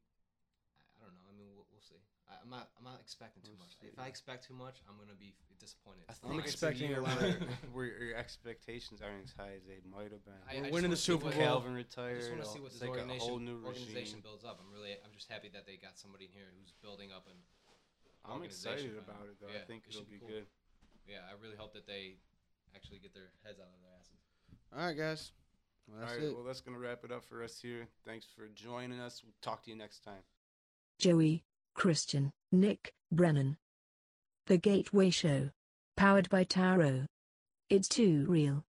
I, I don't know. I mean, we'll, we'll see. I, I'm not I'm not expecting too
We'll
much.
see,
If I
yeah.
expect too much, I'm gonna be f- disappointed.
I
It's
think
not-
it's
expecting
year
a lot.
where, where your expectations aren't as high as they might have been.
I- I
We're
just
winning
wanna
the
see
Super
what-
Bowl.
Calvin
I
retired.
just want to see what
it's
this
like a
organization,
whole new
organization
regime.
builds up. I'm really I'm just happy that they got somebody in here who's building up, and
I'm
organization,
excited
man.
about it though. I
Yeah,
think
it should
it'll be
be
good.
cool. yeah, I really hope that they actually get their heads out of their asses.
All right, guys. Well, that's
All
it.
right, well, that's gonna wrap it up for us here. Thanks for joining us. We'll talk to you next time.
Joey, Christian, Nick, Brennan. The Gateway Show. Powered by Taro. It's too real.